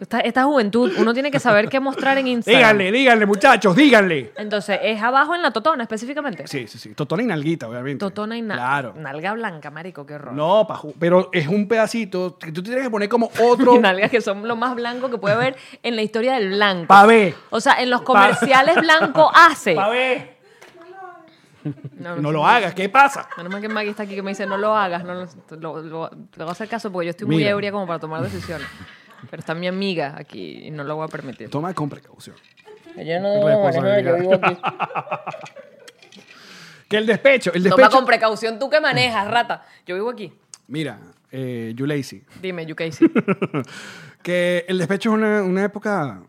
Esta, esta juventud, uno tiene que saber qué mostrar en Instagram.
Díganle, díganle, muchachos, díganle.
Entonces, es abajo en la totona específicamente.
Sí, sí, sí. Totona y nalguita, obviamente.
Totona y na-
Claro.
nalga blanca, marico, qué horror.
No, paju. Pero es un pedacito. que Tú tienes que poner como otro.
Y nalgas que son lo más blanco que puede haber en la historia del blanco.
Pavé.
O sea, en los comerciales blanco hace.
Pa' ver.
No,
No lo hagas, ¿qué pasa?
Menos mal que Maggie está aquí que me dice, no lo hagas, no lo- lo- lo- le voy a hacer caso porque yo estoy muy
Mira.
ebria como para tomar decisiones. Pero está mi amiga aquí y no lo voy a permitir.
Toma con precaución.
Yo no
Responsabilidad. que el despecho, el
Toma
despecho.
con precaución tú que manejas, rata. Yo vivo aquí.
Mira, eh, you lazy.
Dime, you
Que el despecho es una, una época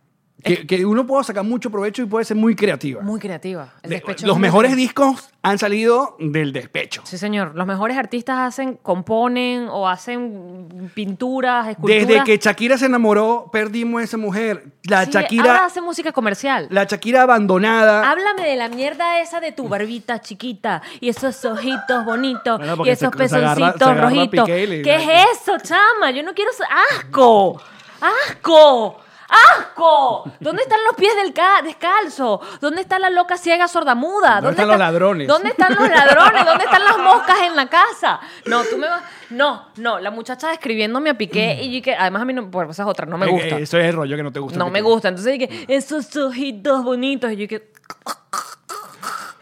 que, que uno puede sacar mucho provecho y puede ser muy creativa.
Muy creativa. El
De-
despecho es
los
muy
mejores
creativo.
discos han salido del despecho.
Sí, señor. Los mejores artistas hacen, componen o hacen pinturas, esculturas.
Desde que Shakira se enamoró, perdimos a esa mujer. La
Sí,
Shakira,
Ahora hace música comercial.
la Shakira abandonada.
Háblame de la mierda esa de tu barbita chiquita y esos ojitos bonitos
Bueno,
y
porque
esos
se- se agarra-
pezoncitos
se agarra a
rojitos.
Piqué y le-
¿Qué es eso, chama? Yo no quiero... sa- ¡Asco! ¡Asco! ¡Asco! ¿Dónde están los pies del ca- descalzo? ¿Dónde está la loca ciega sordamuda?
¿Dónde están los
está-
ladrones?
¿Dónde están los ladrones? ¿Dónde están las moscas en la casa? No, tú me vas... No, no, la muchacha describiéndome a Piqué y yo que... Además a mí no... Pues esa es otra, no me
Eh,
gusta.
eh, Eso Mm. es el rollo que no te gusta.
No me
Piqué.
gusta. Entonces dije, esos ojitos bonitos. Y yo que.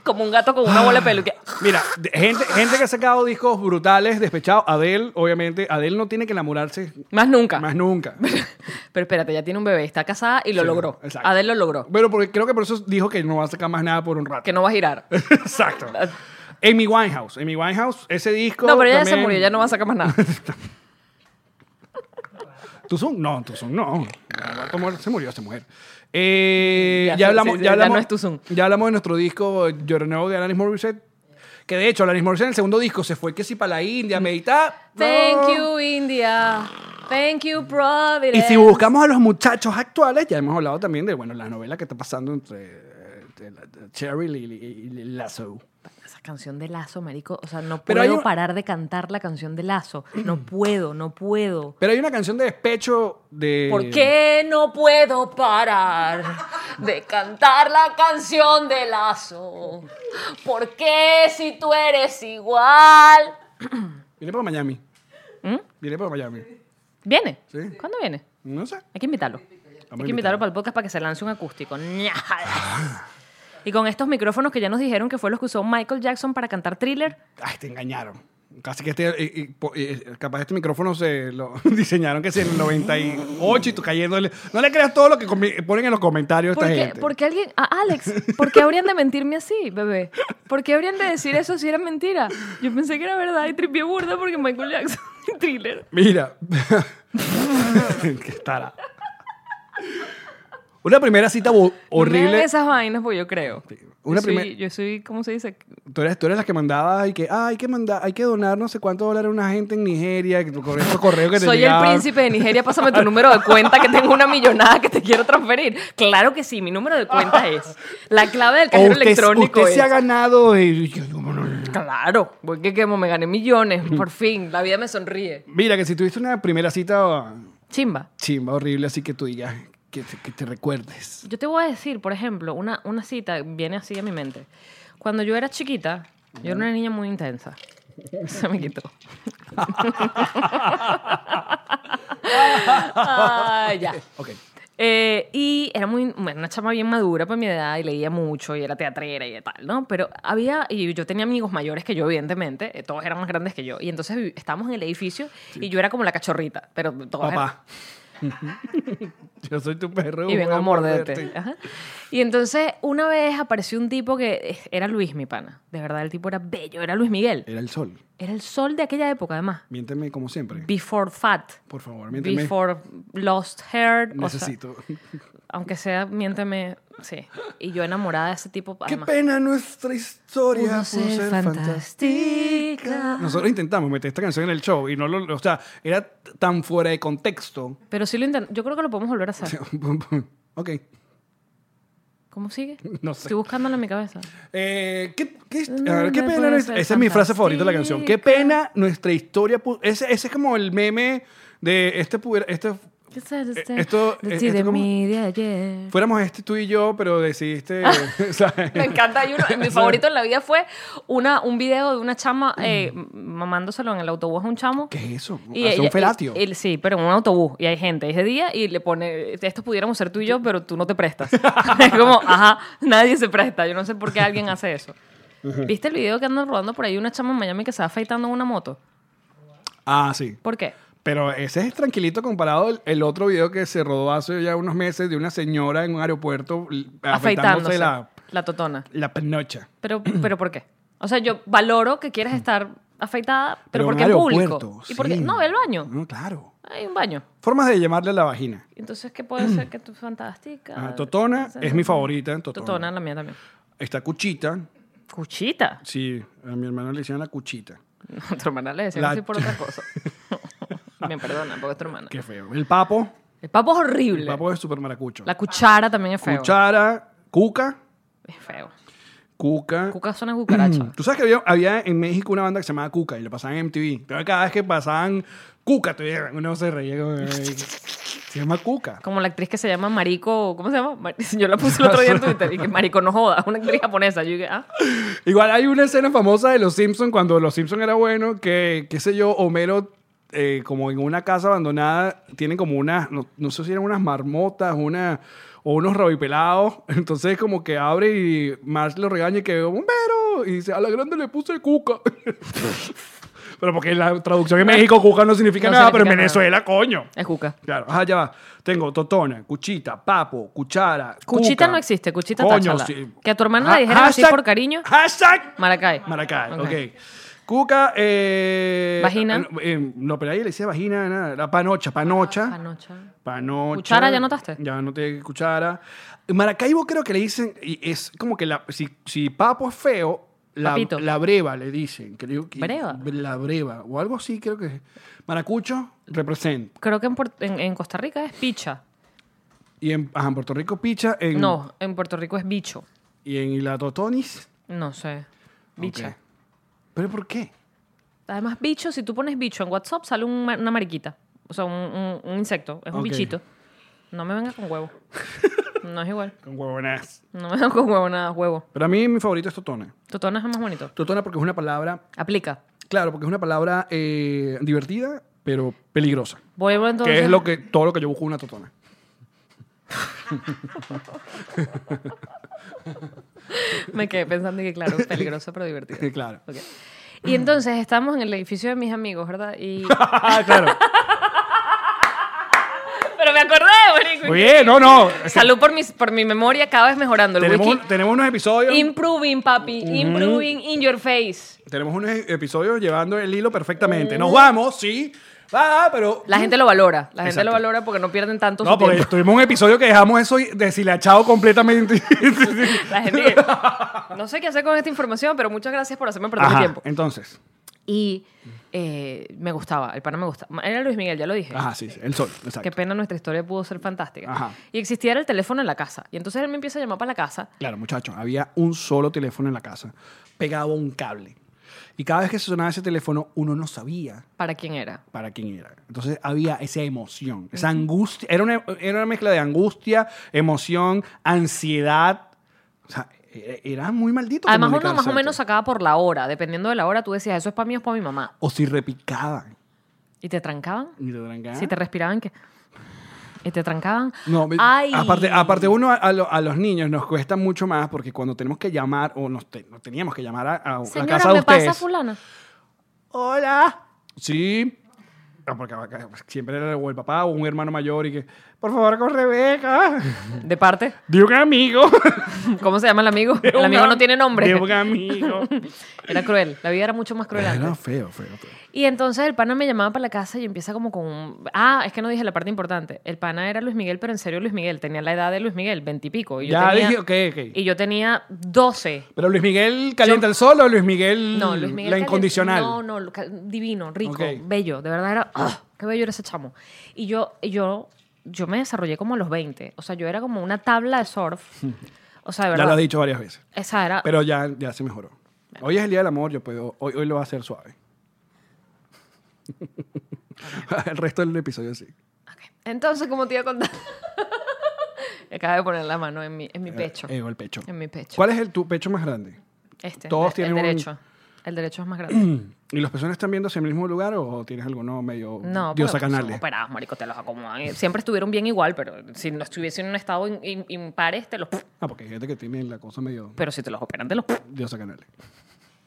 Como un gato con una bola de pelo. y que,
Mira, de- gente, gente que ha sacado discos brutales, despechados. Adele, obviamente. Adele no tiene que enamorarse
Más nunca.
más nunca.
Pero espérate, ya tiene un bebé, está casada y lo
Sí,
logró.
exacto.
Adel lo logró.
Pero porque creo que por eso dijo que no va a sacar más nada por un rato.
Que no va a girar.
Eh, Exacto. Amy Winehouse. Amy Winehouse, ese disco.
No, pero ella ya se
también-
murió, ya no va a sacar más nada.
Tuzun, no, Tuzun, no. Roberto Muer- Se murió esta mujer.
Mm,
Eh,
Ya
ya,
se-
hablamos,
se-
ya
ya
hablamos.
no es Tuzun.
Ya hablamos de nuestro disco Lloroneo de Alanis Morissette. Que de hecho, Alanis Morissette en el segundo disco se fue que si para la India, a meditar. No.
Mm. Thank you, India. Thank you, Providence.
Y si buscamos a los muchachos actuales, ya hemos hablado también de bueno, la novela que está pasando entre eh, de la- de Cheryl y, y- y Lasso.
Esa canción de Lazo, marico. O sea, no
Pero
puedo
hay un-
parar de cantar la canción de Lazo. No puedo, no puedo.
Pero hay una canción de despecho de.
¿Por qué no puedo parar de cantar la canción de Lazo? ¿Por qué si tú eres igual?
Viene para Miami.
¿Mm?
Viene para Miami.
¿Viene?
Sí.
¿Cuándo viene?
No sé.
Hay que invitarlo. Hay que
invitarlo. Ah.
invitarlo para el podcast para que se lance un acústico. Y con estos micrófonos que ya nos dijeron que fue los que usó Michael Jackson para cantar thriller,
Ay, te engañaron. Casi que este, eh, eh, po- eh, capaz este micrófono se lo diseñaron que es en el 98 y tú cayéndole. No le creas todo lo que comi- ponen en los comentarios
¿Por
esta
qué,
gente.
por qué alguien, a Alex, ¿por qué habrían de mentirme así, bebé? ¿Por qué habrían de decir eso si era mentira? Yo pensé que era verdad y tripié burda porque Michael Jackson, thriller.
Mira. Qué estará. Una primera cita
No
bo-
me hagan
horrible.
esas vainas, pues yo creo.
Una
yo, soy,
primer-
yo soy, ¿cómo se dice?
Tú eres, tú eres la que mandaba y que ah, hay que mandar, hay que donar no sé cuántos dólares a una gente en Nigeria, que tu correo, estos correos que te
Soy el
llegaban.
príncipe de Nigeria, pásame tu número de cuenta que tengo una millonada que te quiero transferir. Claro que sí, mi número de cuenta es. La clave del
O
cajero
usted,
electrónico
usted
es.
se ha ganado. y-
Claro, porque como me gané millones, por fin, la vida me sonríe.
Mira, que si tuviste una primera cita oh,
Chimba.
chimba, horrible, así que tú digas que te, que te recuerdes.
Yo te voy a decir, por ejemplo, una, una cita viene así a mi mente. Cuando yo era chiquita, yo era una niña muy intensa. Se me quitó. Ay, ya.
Ok.
Eh, y era muy, bueno, una chama bien madura para mi edad y leía mucho y era teatrera y tal, ¿no? Pero había, y yo tenía amigos mayores que yo, evidentemente, eh, todos eran más grandes que yo. Y entonces vi- estábamos en el edificio y yo era como la cachorrita, pero todos eran-
Papá. Yo soy tu perro.
y
voy
vengo
a
a morderte.
morderte.
Ajá. Y entonces una vez apareció un tipo que eh, era Luis, mi pana. De verdad, el tipo era bello, era Luis Miguel.
Era el sol.
Era el sol de aquella época, además.
Miénteme como siempre.
Before fat.
Por favor, miénteme.
Before lost hair. o sea,
Necesito.
aunque sea, miénteme. Sí. Y yo enamorada de ese tipo.
Qué
Además,
pena nuestra historia
Pudo
por
ser
ser fantástica.
fantástica.
Nosotros intentamos meter esta canción en el show y no lo. O sea, era t- tan fuera de contexto.
Pero sí lo intento. Yo creo que lo podemos volver a hacer.
ok.
¿Cómo sigue?
No sé.
Estoy buscándolo en mi cabeza.
Eh, ¿qué, qué-
No,
a ver, qué
no
pena
puede
nuestra-
ser
Esa es mi frase
fantástica.
favorita de la canción. Qué pena nuestra historia. pu- Ese, ese es como el meme de este. pudiera- este
¿Qué tal este-
esto-
de
eh,
ti,
esto
de
como-
mí, de ayer?
fuéramos este tú y yo, pero decidiste. ¿sabes?
Me encanta. Hay uno, mi favorito en la vida fue una, un video de una chama eh, mamándoselo en el autobús a un chamo.
¿Qué es eso?
Y
Hace
ella-
un felatio.
y- y- sí, pero en un autobús. Y hay gente ese día y le pone, estos pudiéramos ser tú y yo, pero tú no te prestas. es como, ajá, nadie se presta. Yo no sé por qué alguien hace eso. ¿Viste el video que andan rodando por ahí una chama en Miami que se va afeitando en una moto?
Ah, sí.
¿Por qué?
Pero ese es tranquilito comparado al el otro video que se rodó hace ya unos meses de una señora en un aeropuerto l- Ah, afeitándose
Afeitándose.
la,
la totona.
la panocha.
Pero, pero ¿por qué? O sea, yo valoro que quieras estar afeitada, pero,
en
porque
un
en público.
aeropuerto,
¿Y por qué?
sí.
No, ve al baño.
No, claro.
Hay un baño.
Formas de llamarle a la vagina.
Entonces, ¿qué puede ser que tú fantástica?
Ajá, Ah, Totona es mi favorita, Totona.
Totona, la mía también.
Está cuchita.
Cuchita.
Sí, a mi hermano le hicieron la cuchita.
No, tu hermana le decía
La-
así por otra cosa. me perdona, porque es tu hermana.
Qué feo. El papo.
El papo es
El
horrible.
papo es súper maracucho.
La cuchara también es feo.
Cuchara, cuca,
Es feo.
cuca.
Cuca suena a cucaracha.
Tú sabes que había, había en México una banda que se llamaba Cuca y la pasaban en MTV. Pero cada vez que pasaban Cuca, te uno se reía. como, "Ay". Se llama Cuca.
Como la actriz que se llama Mariko, ¿cómo se llama? Mar- Yo la puse el otro día en Twitter y que Mariko no joda, una actriz japonesa. Yo dije, ah,
Igual hay una escena famosa de Los Simpsons cuando Los Simpsons era bueno, que, qué sé yo, Homero, eh, como en una casa abandonada, tienen como unas, no, no sé si eran unas marmotas, una, o unos rabipelados. Entonces como que abre y Marge lo regaña y que, Homero, y dice, a la grande le puse cuca. Pero porque en la traducción en México cuca no significa
No
nada, pero en
significa nada.
Venezuela, coño.
es cuca.
Claro, ajá, ya va. Tengo totona, cuchita, papo, cuchara.
Cuchita
cuca.
no existe, cuchita
Coño,
táchala.
sí.
Que a tu hermana le
Ah,
dijeran así
hashtag-
por cariño.
Hashtag
Maracay.
Maracay, ok.
Ok.
Cuca, eh,
Vagina.
eh, eh, no, pero ahí le decía vagina, nada, la panocha, panocha.
Panocha.
Panocha.
Ah, Cuchara, ¿ya notaste?
Ya noté cuchara. Maracaibo creo que le dicen, y es como que la, si, si papo es feo, la,
Papito.
la breva le dicen. Creo que,
¿Breva?
La breva, o algo así creo que es. Maracucho, represent.
Creo que en, Puer- en- en Costa Rica es picha.
Y en, ajá, en Puerto Rico, picha. En,
No, en Puerto Rico es bicho.
Y en la Totonis,
No sé. Bicha.
Ok. ¿Pero por qué?
Además, bicho, si tú pones bicho en WhatsApp, sale un ma- una mariquita. O sea, un, un- un insecto. Es un
Ok.
bichito. No me vengas con huevo. No es igual.
Con huevonas.
No me vengas con huevo, nada, huevo.
Pero a mí mi favorito es Totona.
Totona es el más bonito.
Totona porque es una palabra
Aplica.
Claro, porque es una palabra eh, divertida, pero peligrosa.
Voy a entonces.
que es lo que, todo lo que yo busco en una totona.
Me quedé pensando y que, claro, peligroso pero divertido.
claro.
Ok. Y entonces estamos en el edificio de mis amigos, ¿verdad? Y...
claro.
Pero me acordé, marico.
Oye, no, no.
Salud por, mis, por mi memoria, cada vez mejorando. El
Tenemos,
wiki.
un- tenemos unos episodios.
Improving, papi. Improving in your face.
Tenemos unos e- episodios llevando el hilo perfectamente. Nos vamos, sí. Va, pero.
Uh. La gente lo valora. La gente
Exacto.
lo valora porque no pierden tanto
No,
su
porque
tiempo.
tuvimos un episodio que dejamos eso deshilachado completamente.
La gente que- No sé qué hacer con esta información, pero muchas gracias por hacerme perder mi
Ajá,
tiempo.
Entonces.
Y eh, me gustaba, el pana me gustaba. Era Luis Miguel, ya lo dije.
Ajá, sí, sí, el sol. Exacto.
Qué pena nuestra historia pudo ser fantástica.
Ajá.
Y existía el teléfono en la casa. Y entonces él me empieza a llamar para la casa.
Claro, muchachos, había un solo teléfono en la casa, pegado a un cable. Y cada vez que se sonaba ese teléfono, uno no sabía
¿Para quién era?
para quién era. Entonces había esa emoción, esa angustia. Era una, era una mezcla de angustia, emoción, ansiedad. O sea, e- era muy maldito.
Además, uno más
comunicarse
o menos
antes.
sacaba por la hora. Dependiendo de la hora, tú decías, eso es para mí o es para mi mamá.
O si repicaban.
Y te trancaban.
Y te trancaban.
Si te respiraban, que Y te trancaban.
No, me-
Ay.
aparte, aparte uno a, a lo- a los niños nos cuesta mucho más porque cuando tenemos que llamar o nos, te- nos teníamos que llamar a, a la
Señora,
casa de
¿me
ustedes.
pasa fulana?
Hola. Sí. No, porque acá siempre era o el papá o un hermano mayor y que, por favor, con Rebeca.
¿De parte?
De un amigo.
¿Cómo se llama el amigo?
De
El
un
amigo no
am-
tiene nombre.
De un amigo.
Era cruel. La vida era mucho más cruel antes.
Era feo, feo, feo.
Y entonces el pana me llamaba para la casa y empieza como con un... Ah, es que no dije la parte importante. El pana era Luis Miguel, pero en serio Luis Miguel. Tenía la edad de Luis Miguel, veintipico. Y, yo
Ya
tenía-
dije, ok, ok.
y yo tenía doce.
Pero Luis Miguel calienta el sol o Luis Miguel,
No, Luis Miguel.
Mm, la
Cali-
incondicional.
No, no, lo cal- divino, rico,
Ok.
bello. De verdad era. ¡ah! ¡Qué bello era ese chamo! Y yo, yo, yo me desarrollé como a los 20. O sea, yo era como una tabla de surf. O sea, de
ya
verdad.
lo has dicho varias veces.
Esa era.
Pero ya, ya se mejoró. Hoy es el día del amor, yo puedo, hoy, hoy lo va a hacer suave. el resto del episodio sí.
Ok. Entonces, como te iba a contar. Acabo de poner la mano en mi, en mi pecho.
Eh, el pecho.
En mi pecho.
¿Cuál es el, tu pecho más grande?
Este.
Todos
el-
tienen un-
El derecho. El derecho es más grande.
¿Y los personas están viendo hacia el mismo lugar o tienes alguno medio
No, porque pues,
diosa
son
canales?
operados, marico, te los acomodan. Eh, Siempre estuvieron bien igual, pero si no estuviesen en un estado in- in- impares, te los.
Ah, porque hay gente que tiene la cosa medio
Pero si te los operan, te los.
diosa canales.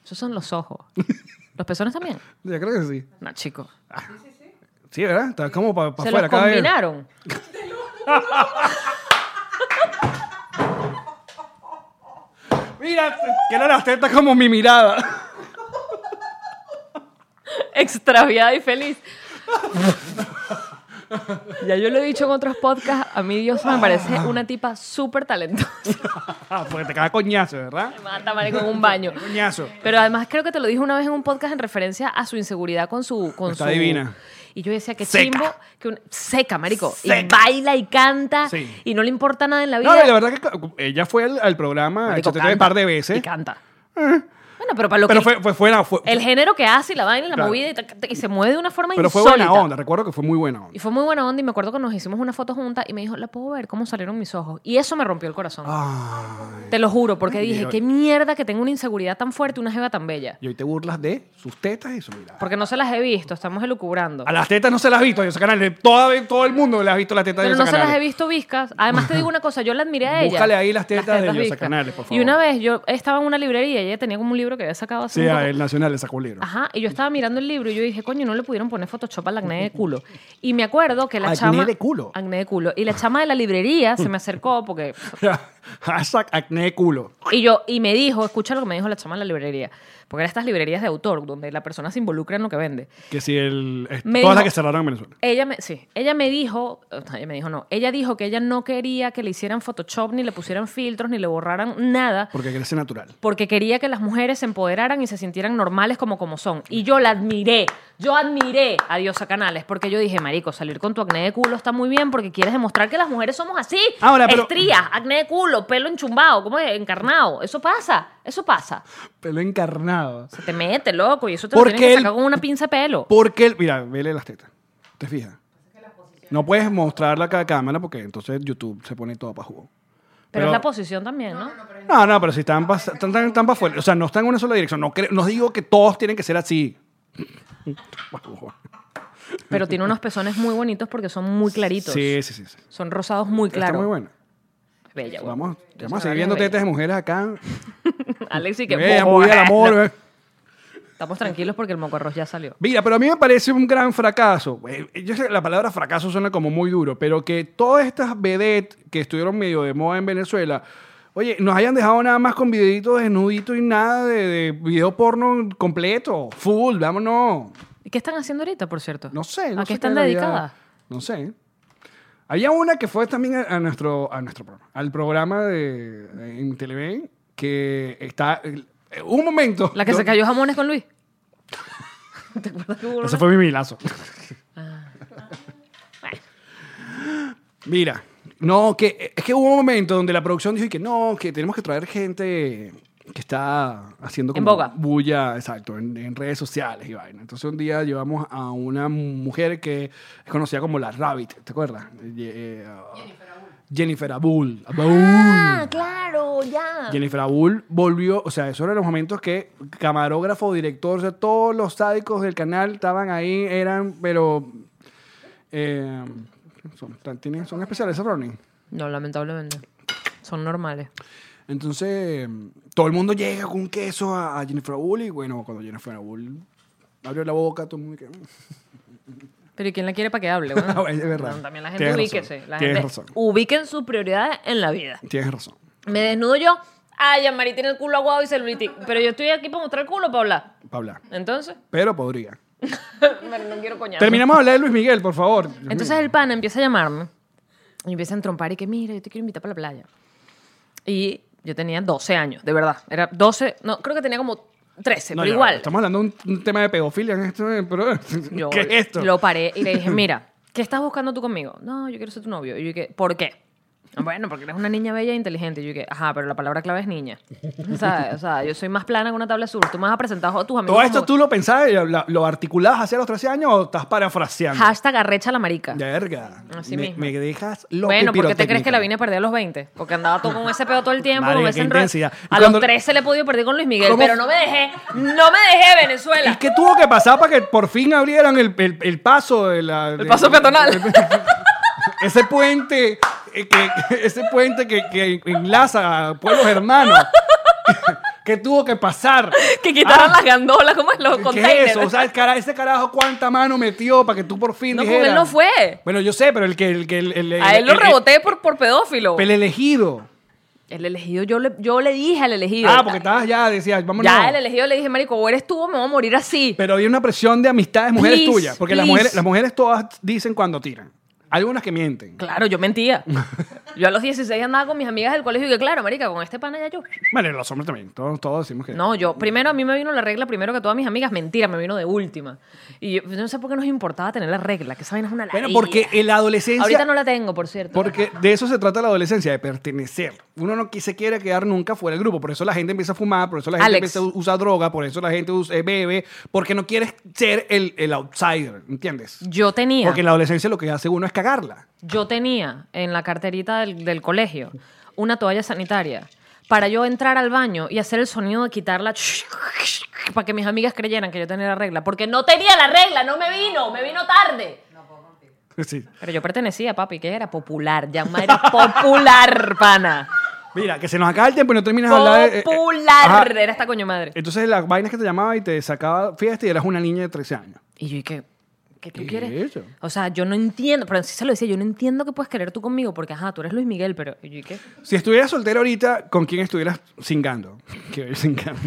Esos son los ojos. ¿Los pezones también?
Yo creo que sí.
No, chico.
Sí, ¿verdad? Está como para
Se
afuera.
los
cada vez.
combinaron.
Mira, que no las tetas como mi mirada.
Extraviada y feliz. ya yo lo he dicho en otros podcasts. A mí Dios me parece una tipa súper talentosa.
porque te caga coñazo, ¿verdad?
Me mata, marico, en un baño.
Coñazo.
Pero además creo que te lo dije una vez en un podcast en referencia a su inseguridad con su... Con
Está
su-
divina.
Y yo decía que
Seca.
chimbo, que un- seca, marico. Y
Seca.
baila y canta
Sí.
y no le importa nada en la vida.
No, la verdad que co- ella fue al, al programa
Marico,
HTTP un
canta.
par de
Y
veces. Eh.
canta. Bueno, pero para lo
Pero
que...
fue, fue, fue la- fue-
el género que hace y la vaina y la
Claro.
movida y, ta- ta- y se mueve de una forma
pero fue
insólita.
buena onda. Recuerdo que fue muy buena
Y
onda.
fue muy buena onda y me acuerdo que nos hicimos una foto juntas y me dijo, ¿la puedo ver cómo salieron mis ojos? Y eso me rompió el corazón.
Ah. Ay.
Te lo juro, porque dije,
Dios.
qué mierda que tengo una inseguridad tan fuerte, una jeva tan bella.
Y hoy te burlas de sus tetas y su mirada.
Porque no se las he visto, estamos elucubrando.
A las tetas no se las has visto, Diosa Canales. Todo, todo el mundo le ha visto las tetas
Pero
de Diosa
no se las
Canales.
he visto viscas. Además te digo una cosa, yo la admiré a ella.
Búscale ahí las tetas de Diosa
viscas.
Canales, por
Y
favor.
una vez yo estaba en una librería y ella tenía como un libro que había sacado hace
Sí,
un poco-
a el Nacional le sacó un libro.
Ajá, y yo estaba mirando el libro y yo dije, coño, no le pudieron poner Photoshop al acné de culo. Y me acuerdo que la
Acné
chama...
de culo.
Acné de culo. Y la chama de la librería se me acercó porque
Hashtag acné de culo.
Y yo, y me dijo, escucha lo que me dijo la chama en la librería, porque eran estas librerías de autor, donde la persona se involucra en lo que vende.
Que si el. eh,
Me dijo-
todas las que cerraron en Venezuela.
Ella me, sí, ella me dijo, ella me dijo no, ella dijo que ella no quería que le hicieran Photoshop, ni le pusieran filtros, ni le borraran nada,
Porque crece natural.
porque quería que las mujeres se empoderaran y se sintieran normales como como son. Y yo la admiré, yo admiré a Diosa Canales, porque yo dije, marico, salir con tu acné de culo está muy bien, porque quieres demostrar que las mujeres somos así,
Ahora, pero-
estrías, acné de culo, pelo enchumbado, como encarnado, eso pasa, eso pasa.
Pelo encarnado.
Se te mete, loco, y eso te
¿Por
lo tienen
qué
que
el-
sacar con una pinza de pelo.
Porque el. Mira, vele las tetas. ¿Te fijas? No puedes mostrarla a cada cámara porque entonces YouTube se pone todo para jugo.
pero, es la posición también, ¿no?
No, no, pero si están para están, están, están pa' afuera. O sea, no están en una sola dirección. No, creo- no digo que todos tienen que ser así.
Pero tiene unos pezones muy bonitos porque son muy claritos.
Sí, sí, sí. sí.
Son rosados muy
Está
claros.
muy buena.
Bella, güey.
Vamos,
Yo
vamos
soy
a seguir viendo
bella.
tetas de mujeres acá.
Alexi, que
Vea, muy al amor, eh.
Estamos tranquilos porque el moco arroz ya salió.
Mira, pero a mí me parece un gran fracaso. Eh, Yo sé que la palabra fracaso suena como muy duro, pero que todas estas vedettes que estuvieron medio de moda en Venezuela, oye, nos hayan dejado nada más con videitos desnuditos y nada de, de video porno completo, full, vámonos.
¿Y ¿Qué están haciendo ahorita, por cierto?
No sé. No
¿A
sé
qué están
era ya.
dedicadas?
No sé. Había una que fue también a, a nuestro, a nuestro programa, al programa de, en Televen, que está... eh, Un momento.
La que se
donde-
cayó jamones con Luis. ¿Te acuerdas que hubo
Ese
una?
fue mi milazo.
Ah.
Mira, no, que es que hubo un momento donde la producción dijo que no, que tenemos que traer gente que está haciendo como
En boga.
bulla, exacto, en, en redes sociales y vaina. Entonces un día llevamos a una mujer que es conocida como la Rabbit, ¿te acuerdas? Ye- eh, ah, Jennifer Abul.
Ah,
Abul.
claro, ya.
Jennifer Abul volvió, o sea, eso era los momentos que camarógrafo, director, o sea, todos los sádicos del canal estaban ahí, eran, pero... eh, son, tienen- son especiales, Ronnie.
No, lamentablemente. Son normales.
Entonces, todo el mundo llega con un queso a, a Jennifer Abul y bueno, cuando Jennifer Abul abrió la boca, todo el mundo... "Mm, que-
Pero ¿y quién la quiere para que hable? Bueno,
No, es verdad.
no, También la gente
Tienes razón.
ubíquese. La
Tienes
gente
razón.
ubiquen sus prioridades en la vida.
Tienes razón.
Me desnudo yo. Ay, Yamari tiene el culo aguado y celulitis. Pero yo estoy aquí para mostrar el culo para hablar.
Para hablar.
Entonces,
Pero podría.
Pero no quiero coñazo.
Terminamos de hablar de Luis Miguel, por favor. Dios
Entonces
mío.
el pana empieza a llamarme y empieza a entrompar y que, mira, yo te quiero invitar para la playa. Y yo tenía 12 años, de verdad. Era 12, no, creo que tenía como 13,
No,
pero
ya,
igual.
Estamos hablando de un, un tema de pedofilia en esto, eh, pero-
Yo
¿Qué es esto?
Lo paré y le dije, mira, ¿qué estás buscando tú conmigo? No, yo quiero ser tu novio. Y yo dije, ¿por qué? Bueno, porque eres una niña bella e inteligente. Y yo dije, ajá, pero la palabra clave es niña. O sea, o sea, yo soy más plana que una tabla sur. Tú me has presentado a tus amigos.
¿Todo esto
como-
tú lo pensabas, y lo, lo articulabas hacia los 13 años o estás parafraseando?
Hashtag arrecha la marica.
Verga.
Así
me,
mismo.
me dejas loco
Bueno,
y
¿por qué te crees
pirotécnica.
que la vine a perder a los 20? Porque andaba todo con ese pedo todo el tiempo.
Madre,
con
qué
ese enro-
intensidad. Y
A
cuando-
los 13 le he podido perder con Luis Miguel,
¿Cómo-
pero no me dejé. ¡No me dejé, Venezuela!
¿Y qué tuvo que pasar para que por fin abrieran el, el- el paso de la... de-
paso peatonal.
ese puente, eh, que, ese puente que, que enlaza a pueblos hermanos. ¿Qué tuvo que pasar?
Que quitaron
Ah.
las gandolas, ¿cómo es? Los
¿Qué
containers.
es eso? O sea, el cara, ese carajo cuánta mano metió para que tú por fin
no, con
dijeras.
él no fue.
Bueno, yo sé, pero el que... El, que- el- el-
A él lo
el-
reboté por, por pedófilo.
El, el elegido.
El elegido, yo le, yo le dije al elegido.
Ah, porque estabas ya, decías, vámonos.
Ya el elegido le dije, marico, o eres tú o me voy a morir así.
Pero había una presión de amistades mujeres
Please,
tuyas. Porque las
please.
mujeres, las mujeres todas dicen cuando tiran. Algunas que mienten.
Claro, yo mentía. Yo a los 16 andaba con mis amigas del colegio y que claro, marica, con este pana ya yo...
Bueno, los hombres también. Todos, todos decimos que.
No, yo, primero a mí me vino la regla, primero que todas mis amigas, mentira, me vino de última. Y yo, yo no sé por qué nos importaba tener la regla, que esa vaina es una
bueno,
ladilla.
porque en la adolescencia.
Ahorita no la tengo, por cierto.
Porque de eso se trata la adolescencia, de pertenecer. Uno no qui- se quiere quedar nunca fuera del grupo. Por eso la gente empieza a fumar, por eso la gente
Alex.
empieza a u- usar droga, por eso la gente usa- eh, bebe, porque no quieres ser el, el outsider, ¿entiendes?
Yo tenía,
Porque en la adolescencia lo que hace uno es cagarla.
yo tenía en la carterita del, del colegio una toalla sanitaria para yo entrar al baño y hacer el sonido de quitarla para que mis amigas creyeran que yo tenía la regla. Porque no tenía la regla, no me vino, me vino tarde.
Sí.
Pero yo pertenecía, papi, que era popular, ya era popular, pana.
Mira, que se nos acaba el tiempo y no terminas de hablar. de- eh, eh,
Popular,
ajá. Eh,
era esta coño madre.
Entonces las vainas que te llamaba y te sacaba fiesta y eras una niña de 13 años.
Y yo, ¿y qué? ¿Qué tú
¿Qué
quieres?
es eso?
O sea, yo no entiendo, pero sí se lo decía, yo no entiendo que puedes querer tú conmigo, porque ajá, tú eres Luis Miguel, pero y yo, ¿y qué?
Si estuvieras soltero ahorita, ¿con quién estuvieras cingando? Que cingando.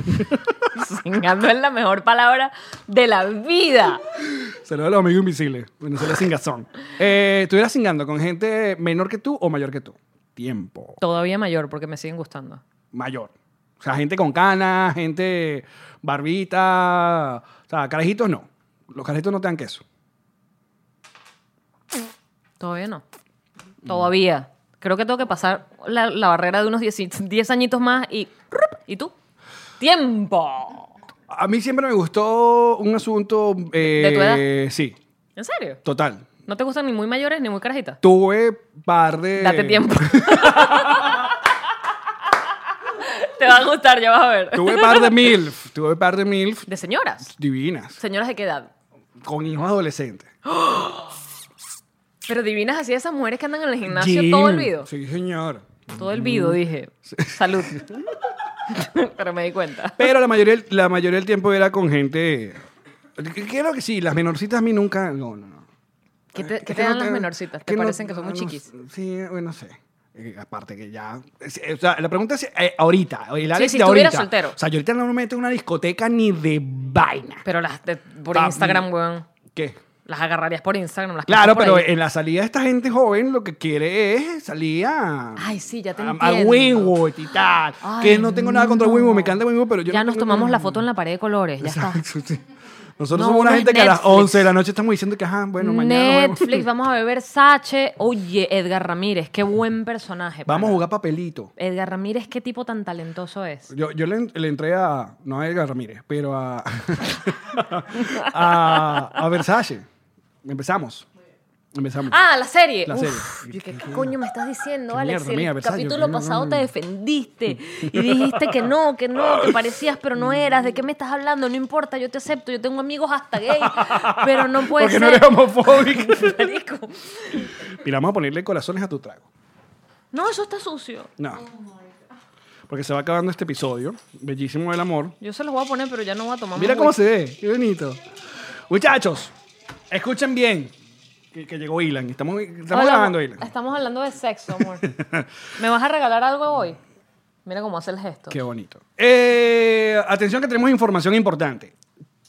Cingando es la mejor palabra de la vida.
Saludos a los amigos invisibles. Venezuela cingazón. Eh, ¿Estuvieras cingando con gente menor que tú o mayor que tú? Tiempo.
Todavía mayor, porque me siguen gustando.
Mayor. O sea, gente con canas, gente barbita. O sea, carajitos no. Los carajitos no te dan queso.
Todavía no.
Mm.
Todavía. Creo que tengo que pasar la, la barrera de unos 10, 10 añitos más y... ¿Y tú? ¡Tiempo!
A mí siempre me gustó un asunto... eh,
¿De tu edad?
Sí,
¿En serio?
total.
¿No te gustan ni muy mayores ni muy carajitas?
Tuve par de...
Date tiempo. te va a gustar, ya vas a ver.
Tuve par de MILF. Tuve par de MILF
¿De señoras?
divinas.
¿Señoras de qué edad?
Con hijos adolescentes.
Pero divinas así esas mujeres que andan en el gimnasio todo el
Gym.
video.
Mm. Sí, señor.
Todo el video, dije. Salud. pero me di cuenta.
Pero la mayoría, la mayoría del tiempo era con gente. Creo que sí, las menorcitas a mí nunca. No, no, no.
¿Qué te, qué
Es
te
no
dan las
tengo-
menorcitas? ¿Te
que no-
parecen que son muy
no
chiquis?
sé, Sí, bueno, no sé. Eh, aparte que ya. es- eh, O sea, la pregunta es eh, ahorita. El Alex
si
de
estuviera
ahorita.
soltero.
O sea, yo ahorita no me meto en una discoteca ni de vaina.
Pero las de- por
Ah,
Instagram,
mm.
weón.
¿Qué?
Las agarrarías por Instagram. Las
Claro,
pasas por
pero
ahí.
en la salida de esta gente joven lo que quiere es salir a.
Ay, sí, ya te
a- A
entiendo.
Winwood y tal.
Ay,
que no tengo nada contra
no.
Winwood, me encanta Winwood, pero yo.
Ya
no
nos
tengo-
tomamos la foto en la pared de colores, ya está.
Exacto, sí. Nosotros
No,
somos
uno
una
es
gente que a las
Netflix.
11 de la noche estamos diciendo que, ajá, bueno, mañana. nos
Netflix,
vemos.
vamos a beber Sache. Oye, Edgar Ramírez, qué buen personaje. pana.
Vamos a jugar papelito.
Edgar Ramírez, qué tipo tan talentoso es.
Yo, yo le, en- le entré a. No a Edgar Ramírez, pero a. a, a Versace. Empezamos. Empezamos.
Ah, la serie.
La
Uf,
serie.
yo dije, ¿qué coño me estás diciendo,
Qué
Alex?
mierda,
el
mía, Versace,
capítulo
que no,
pasado
no,
te
no.
defendiste y dijiste que no, que no, que parecías, pero no eras. ¿De qué me estás hablando? No importa, yo te acepto. Yo tengo amigos hasta gay, pero no puede
Porque no
ser.
eres homofóbico.
Marico.
Mira, vamos a ponerle corazones a tu trago.
No, eso está sucio.
No.
Oh
Porque se va acabando este episodio. Bellísimo el amor.
Yo se los voy a poner, pero ya no voy a tomar
Mira
más
cómo
whisky.
se ve. Qué bonito. Muchachos, escuchen bien. Que, que llegó Ilan. Estamos, estamos
Hola,
grabando, Ilan.
Estamos hablando de sexo, amor. ¿Me vas a regalar algo hoy? Mira cómo hace el gesto.
Qué bonito. Eh, atención que tenemos información importante.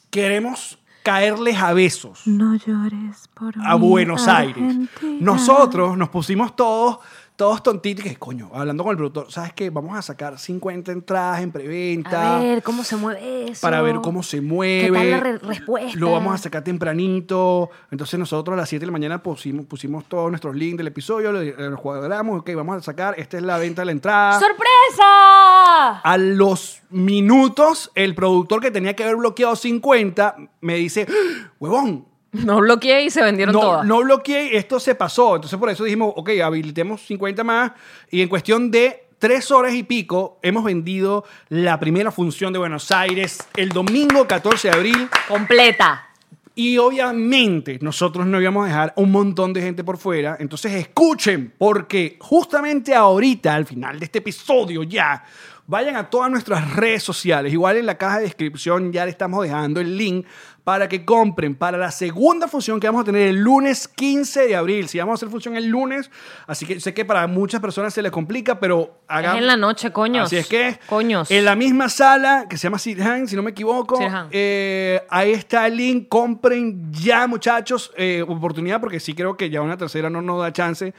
Queremos caerles a besos. No llores por A Buenos Aires. Nosotros nos pusimos todos, todos tontitos. Que coño, hablando con el productor, ¿sabes qué? Vamos a sacar 50 entradas en preventa.
A ver cómo se mueve eso.
para ver cómo se mueve.
¿Qué tal la re- respuesta?
Lo vamos a sacar tempranito. Entonces nosotros a las 7 de la mañana pusimos, pusimos todos nuestros links del episodio, lo- eh, los cuadramos, ok, vamos a sacar, esta es la venta de la entrada.
¡Ah! ¡Sorpresa!
a los minutos, el productor que tenía que haber bloqueado 50 me dice, ¡Ah! huevón,
No bloqueé y se vendieron
no,
todas.
no bloqueé, esto se pasó. Entonces por eso dijimos, ok, habilitemos 50 más. Y en cuestión de tres horas y pico, hemos vendido la primera función de Buenos Aires el domingo 14 de abril.
Completa.
Y obviamente nosotros no íbamos a dejar un montón de gente por fuera. Entonces escuchen, porque justamente ahorita, al final de este episodio ya, vayan a todas nuestras redes sociales. Igual en la caja de descripción ya le estamos dejando el link para que compren para la segunda función que vamos a tener el lunes 15 de abril. Si vamos a hacer función el lunes, así que sé que para muchas personas se les complica, pero hagan...
Es en la noche, coños.
Así es que,
Coños.
en la misma sala que se llama Sirhan, si no me equivoco,
Sirhan.
eh, ahí está el link. Compren ya, muchachos, eh, oportunidad, porque sí creo que ya una tercera no nos da chance,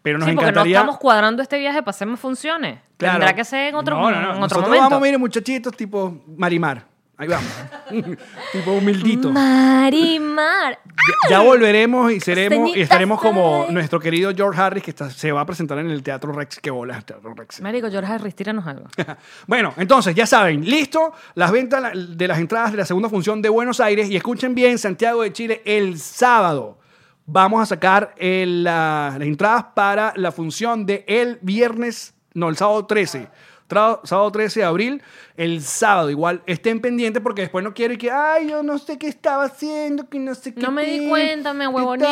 pero nos
sí, porque no
encantaría.
estamos cuadrando este viaje para hacer más funciones.
Claro.
Tendrá que ser en otro,
No, no, no.
en otro
Nosotros
momento.
Vamos, miren, muchachitos, tipo Marimar. Ahí vamos. tipo humildito.
Marimar.
Ya, ya volveremos y seremos y
Señorita
estaremos como
Fay.
nuestro querido George Harris que está- se va a presentar en el Teatro Rex. Que bola, el Teatro Rex.
Marico, George Harris, tíranos algo.
Bueno, entonces ya saben, listo, las ventas la- de las entradas de la segunda función de Buenos Aires y escuchen bien, Santiago de Chile, el sábado vamos a sacar el, la- las entradas para la función de el viernes, no, el sábado 13. Tra- Sábado 13 de abril, el sábado igual, estén pendientes porque después no quiero que, ay, yo no sé qué estaba haciendo, que no sé qué.
No me di
tal,
cuenta, me
qué
huevoneé".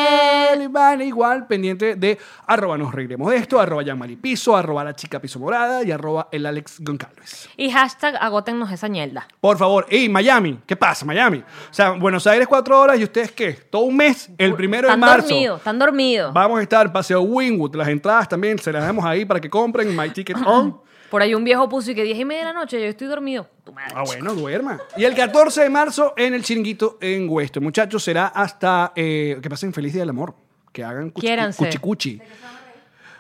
tal, y van igual pendiente de arroba nos reiremos de esto, arroba Yanmari Piso, arroba la chica piso morada y arroba el Alex Goncalves.
Y hashtag agótennos esa ñelda.
Por favor, y Miami, ¿qué pasa, Miami? O sea, Buenos Aires cuatro horas y ustedes qué? Todo un mes, el primero de
Están
marzo.
dormidos, están dormidos.
Vamos a estar Paseo Wingwood, las entradas también se las damos ahí para que compren My Ticket On.
Por ahí un viejo puso y que 10 y media de la noche, yo estoy dormido. Tu madre,
Ah,
chico.
bueno, duerma. Y el 14 de marzo en el chiringuito en Weston. Muchachos, será hasta eh, que pasen feliz día del amor. Que hagan cuchi-
Quiéranse.
cuchicuchi.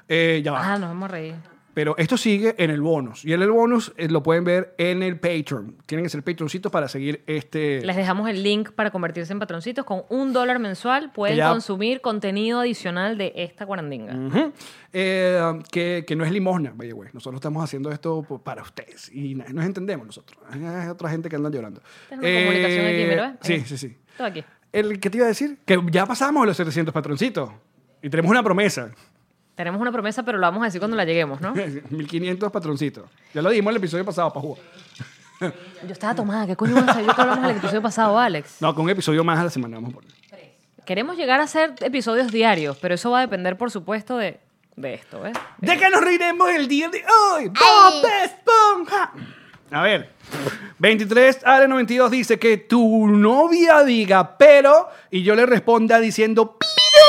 Eh, ya va.
Ah, nos vamos a reír.
Pero esto sigue en el bonus. Y en el bonus eh, lo pueden ver en el Patreon. Tienen que ser Patreoncitos para seguir este.
Les dejamos el link para convertirse en patroncitos. Con un dólar mensual pueden
ya- Mm.
consumir contenido adicional de esta guarandinga.
Ujú. Eh, que, que no es limosna, by the way. Nosotros estamos haciendo esto po- para ustedes y na- nos entendemos nosotros. Hay otra gente que anda llorando. Eh,
Tenemos una comunicación aquí, mira, ¿ves?
Sí,
Ahí.
sí, sí.
Todo aquí.
El que te iba a decir, que ya pasamos los 700 patroncitos y tenemos una promesa.
Tenemos una promesa, pero la vamos a decir cuando la lleguemos, ¿no?
1500 patroncitos. Ya lo dimos en el episodio pasado, Pajúa.
Yo estaba tomada. ¿Qué coño vas a saber? Yo que hablamos en el episodio pasado, Alex.
No, con un episodio más a la semana vamos a poner.
Queremos llegar a hacer episodios diarios, pero eso va a depender, por supuesto, de, de esto, ¿ves?
¿De qué nos reiremos el día de hoy? ¡Bob Esponja! A ver. 23 Ale 92 dice que tu novia diga pero y yo le responda diciendo pero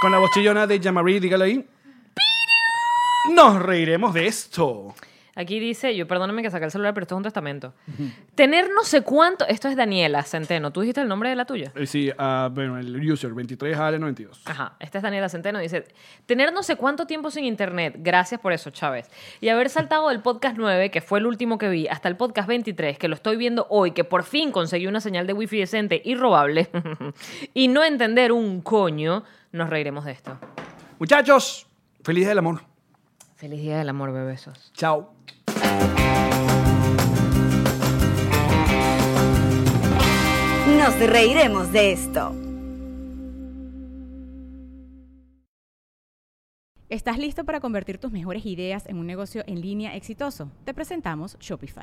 con la bochillona de Yamari, dígalo ahí. Nos reiremos de esto.
Aquí dice, yo perdóname que saqué el celular, pero esto es un testamento. Tener no sé cuánto, esto es Daniela Centeno. ¿Tú dijiste el nombre de la tuya?
Eh, Sí, ah, bueno, el user 23 Ale 92.
Ajá, esta es Daniela Centeno, dice, tener no sé cuánto tiempo sin internet, gracias por eso, Chávez, y haber saltado del podcast 9, que fue el último que vi, hasta el podcast 23, que lo estoy viendo hoy, que por fin conseguí una señal de wifi decente y robable, y no entender un coño, nos reiremos de esto.
Muchachos, feliz del amor.
Feliz Día del Amor, bebesos.
Chao.
Nos reiremos de esto.
¿Estás listo para convertir tus mejores ideas en un negocio en línea exitoso? Te presentamos Shopify.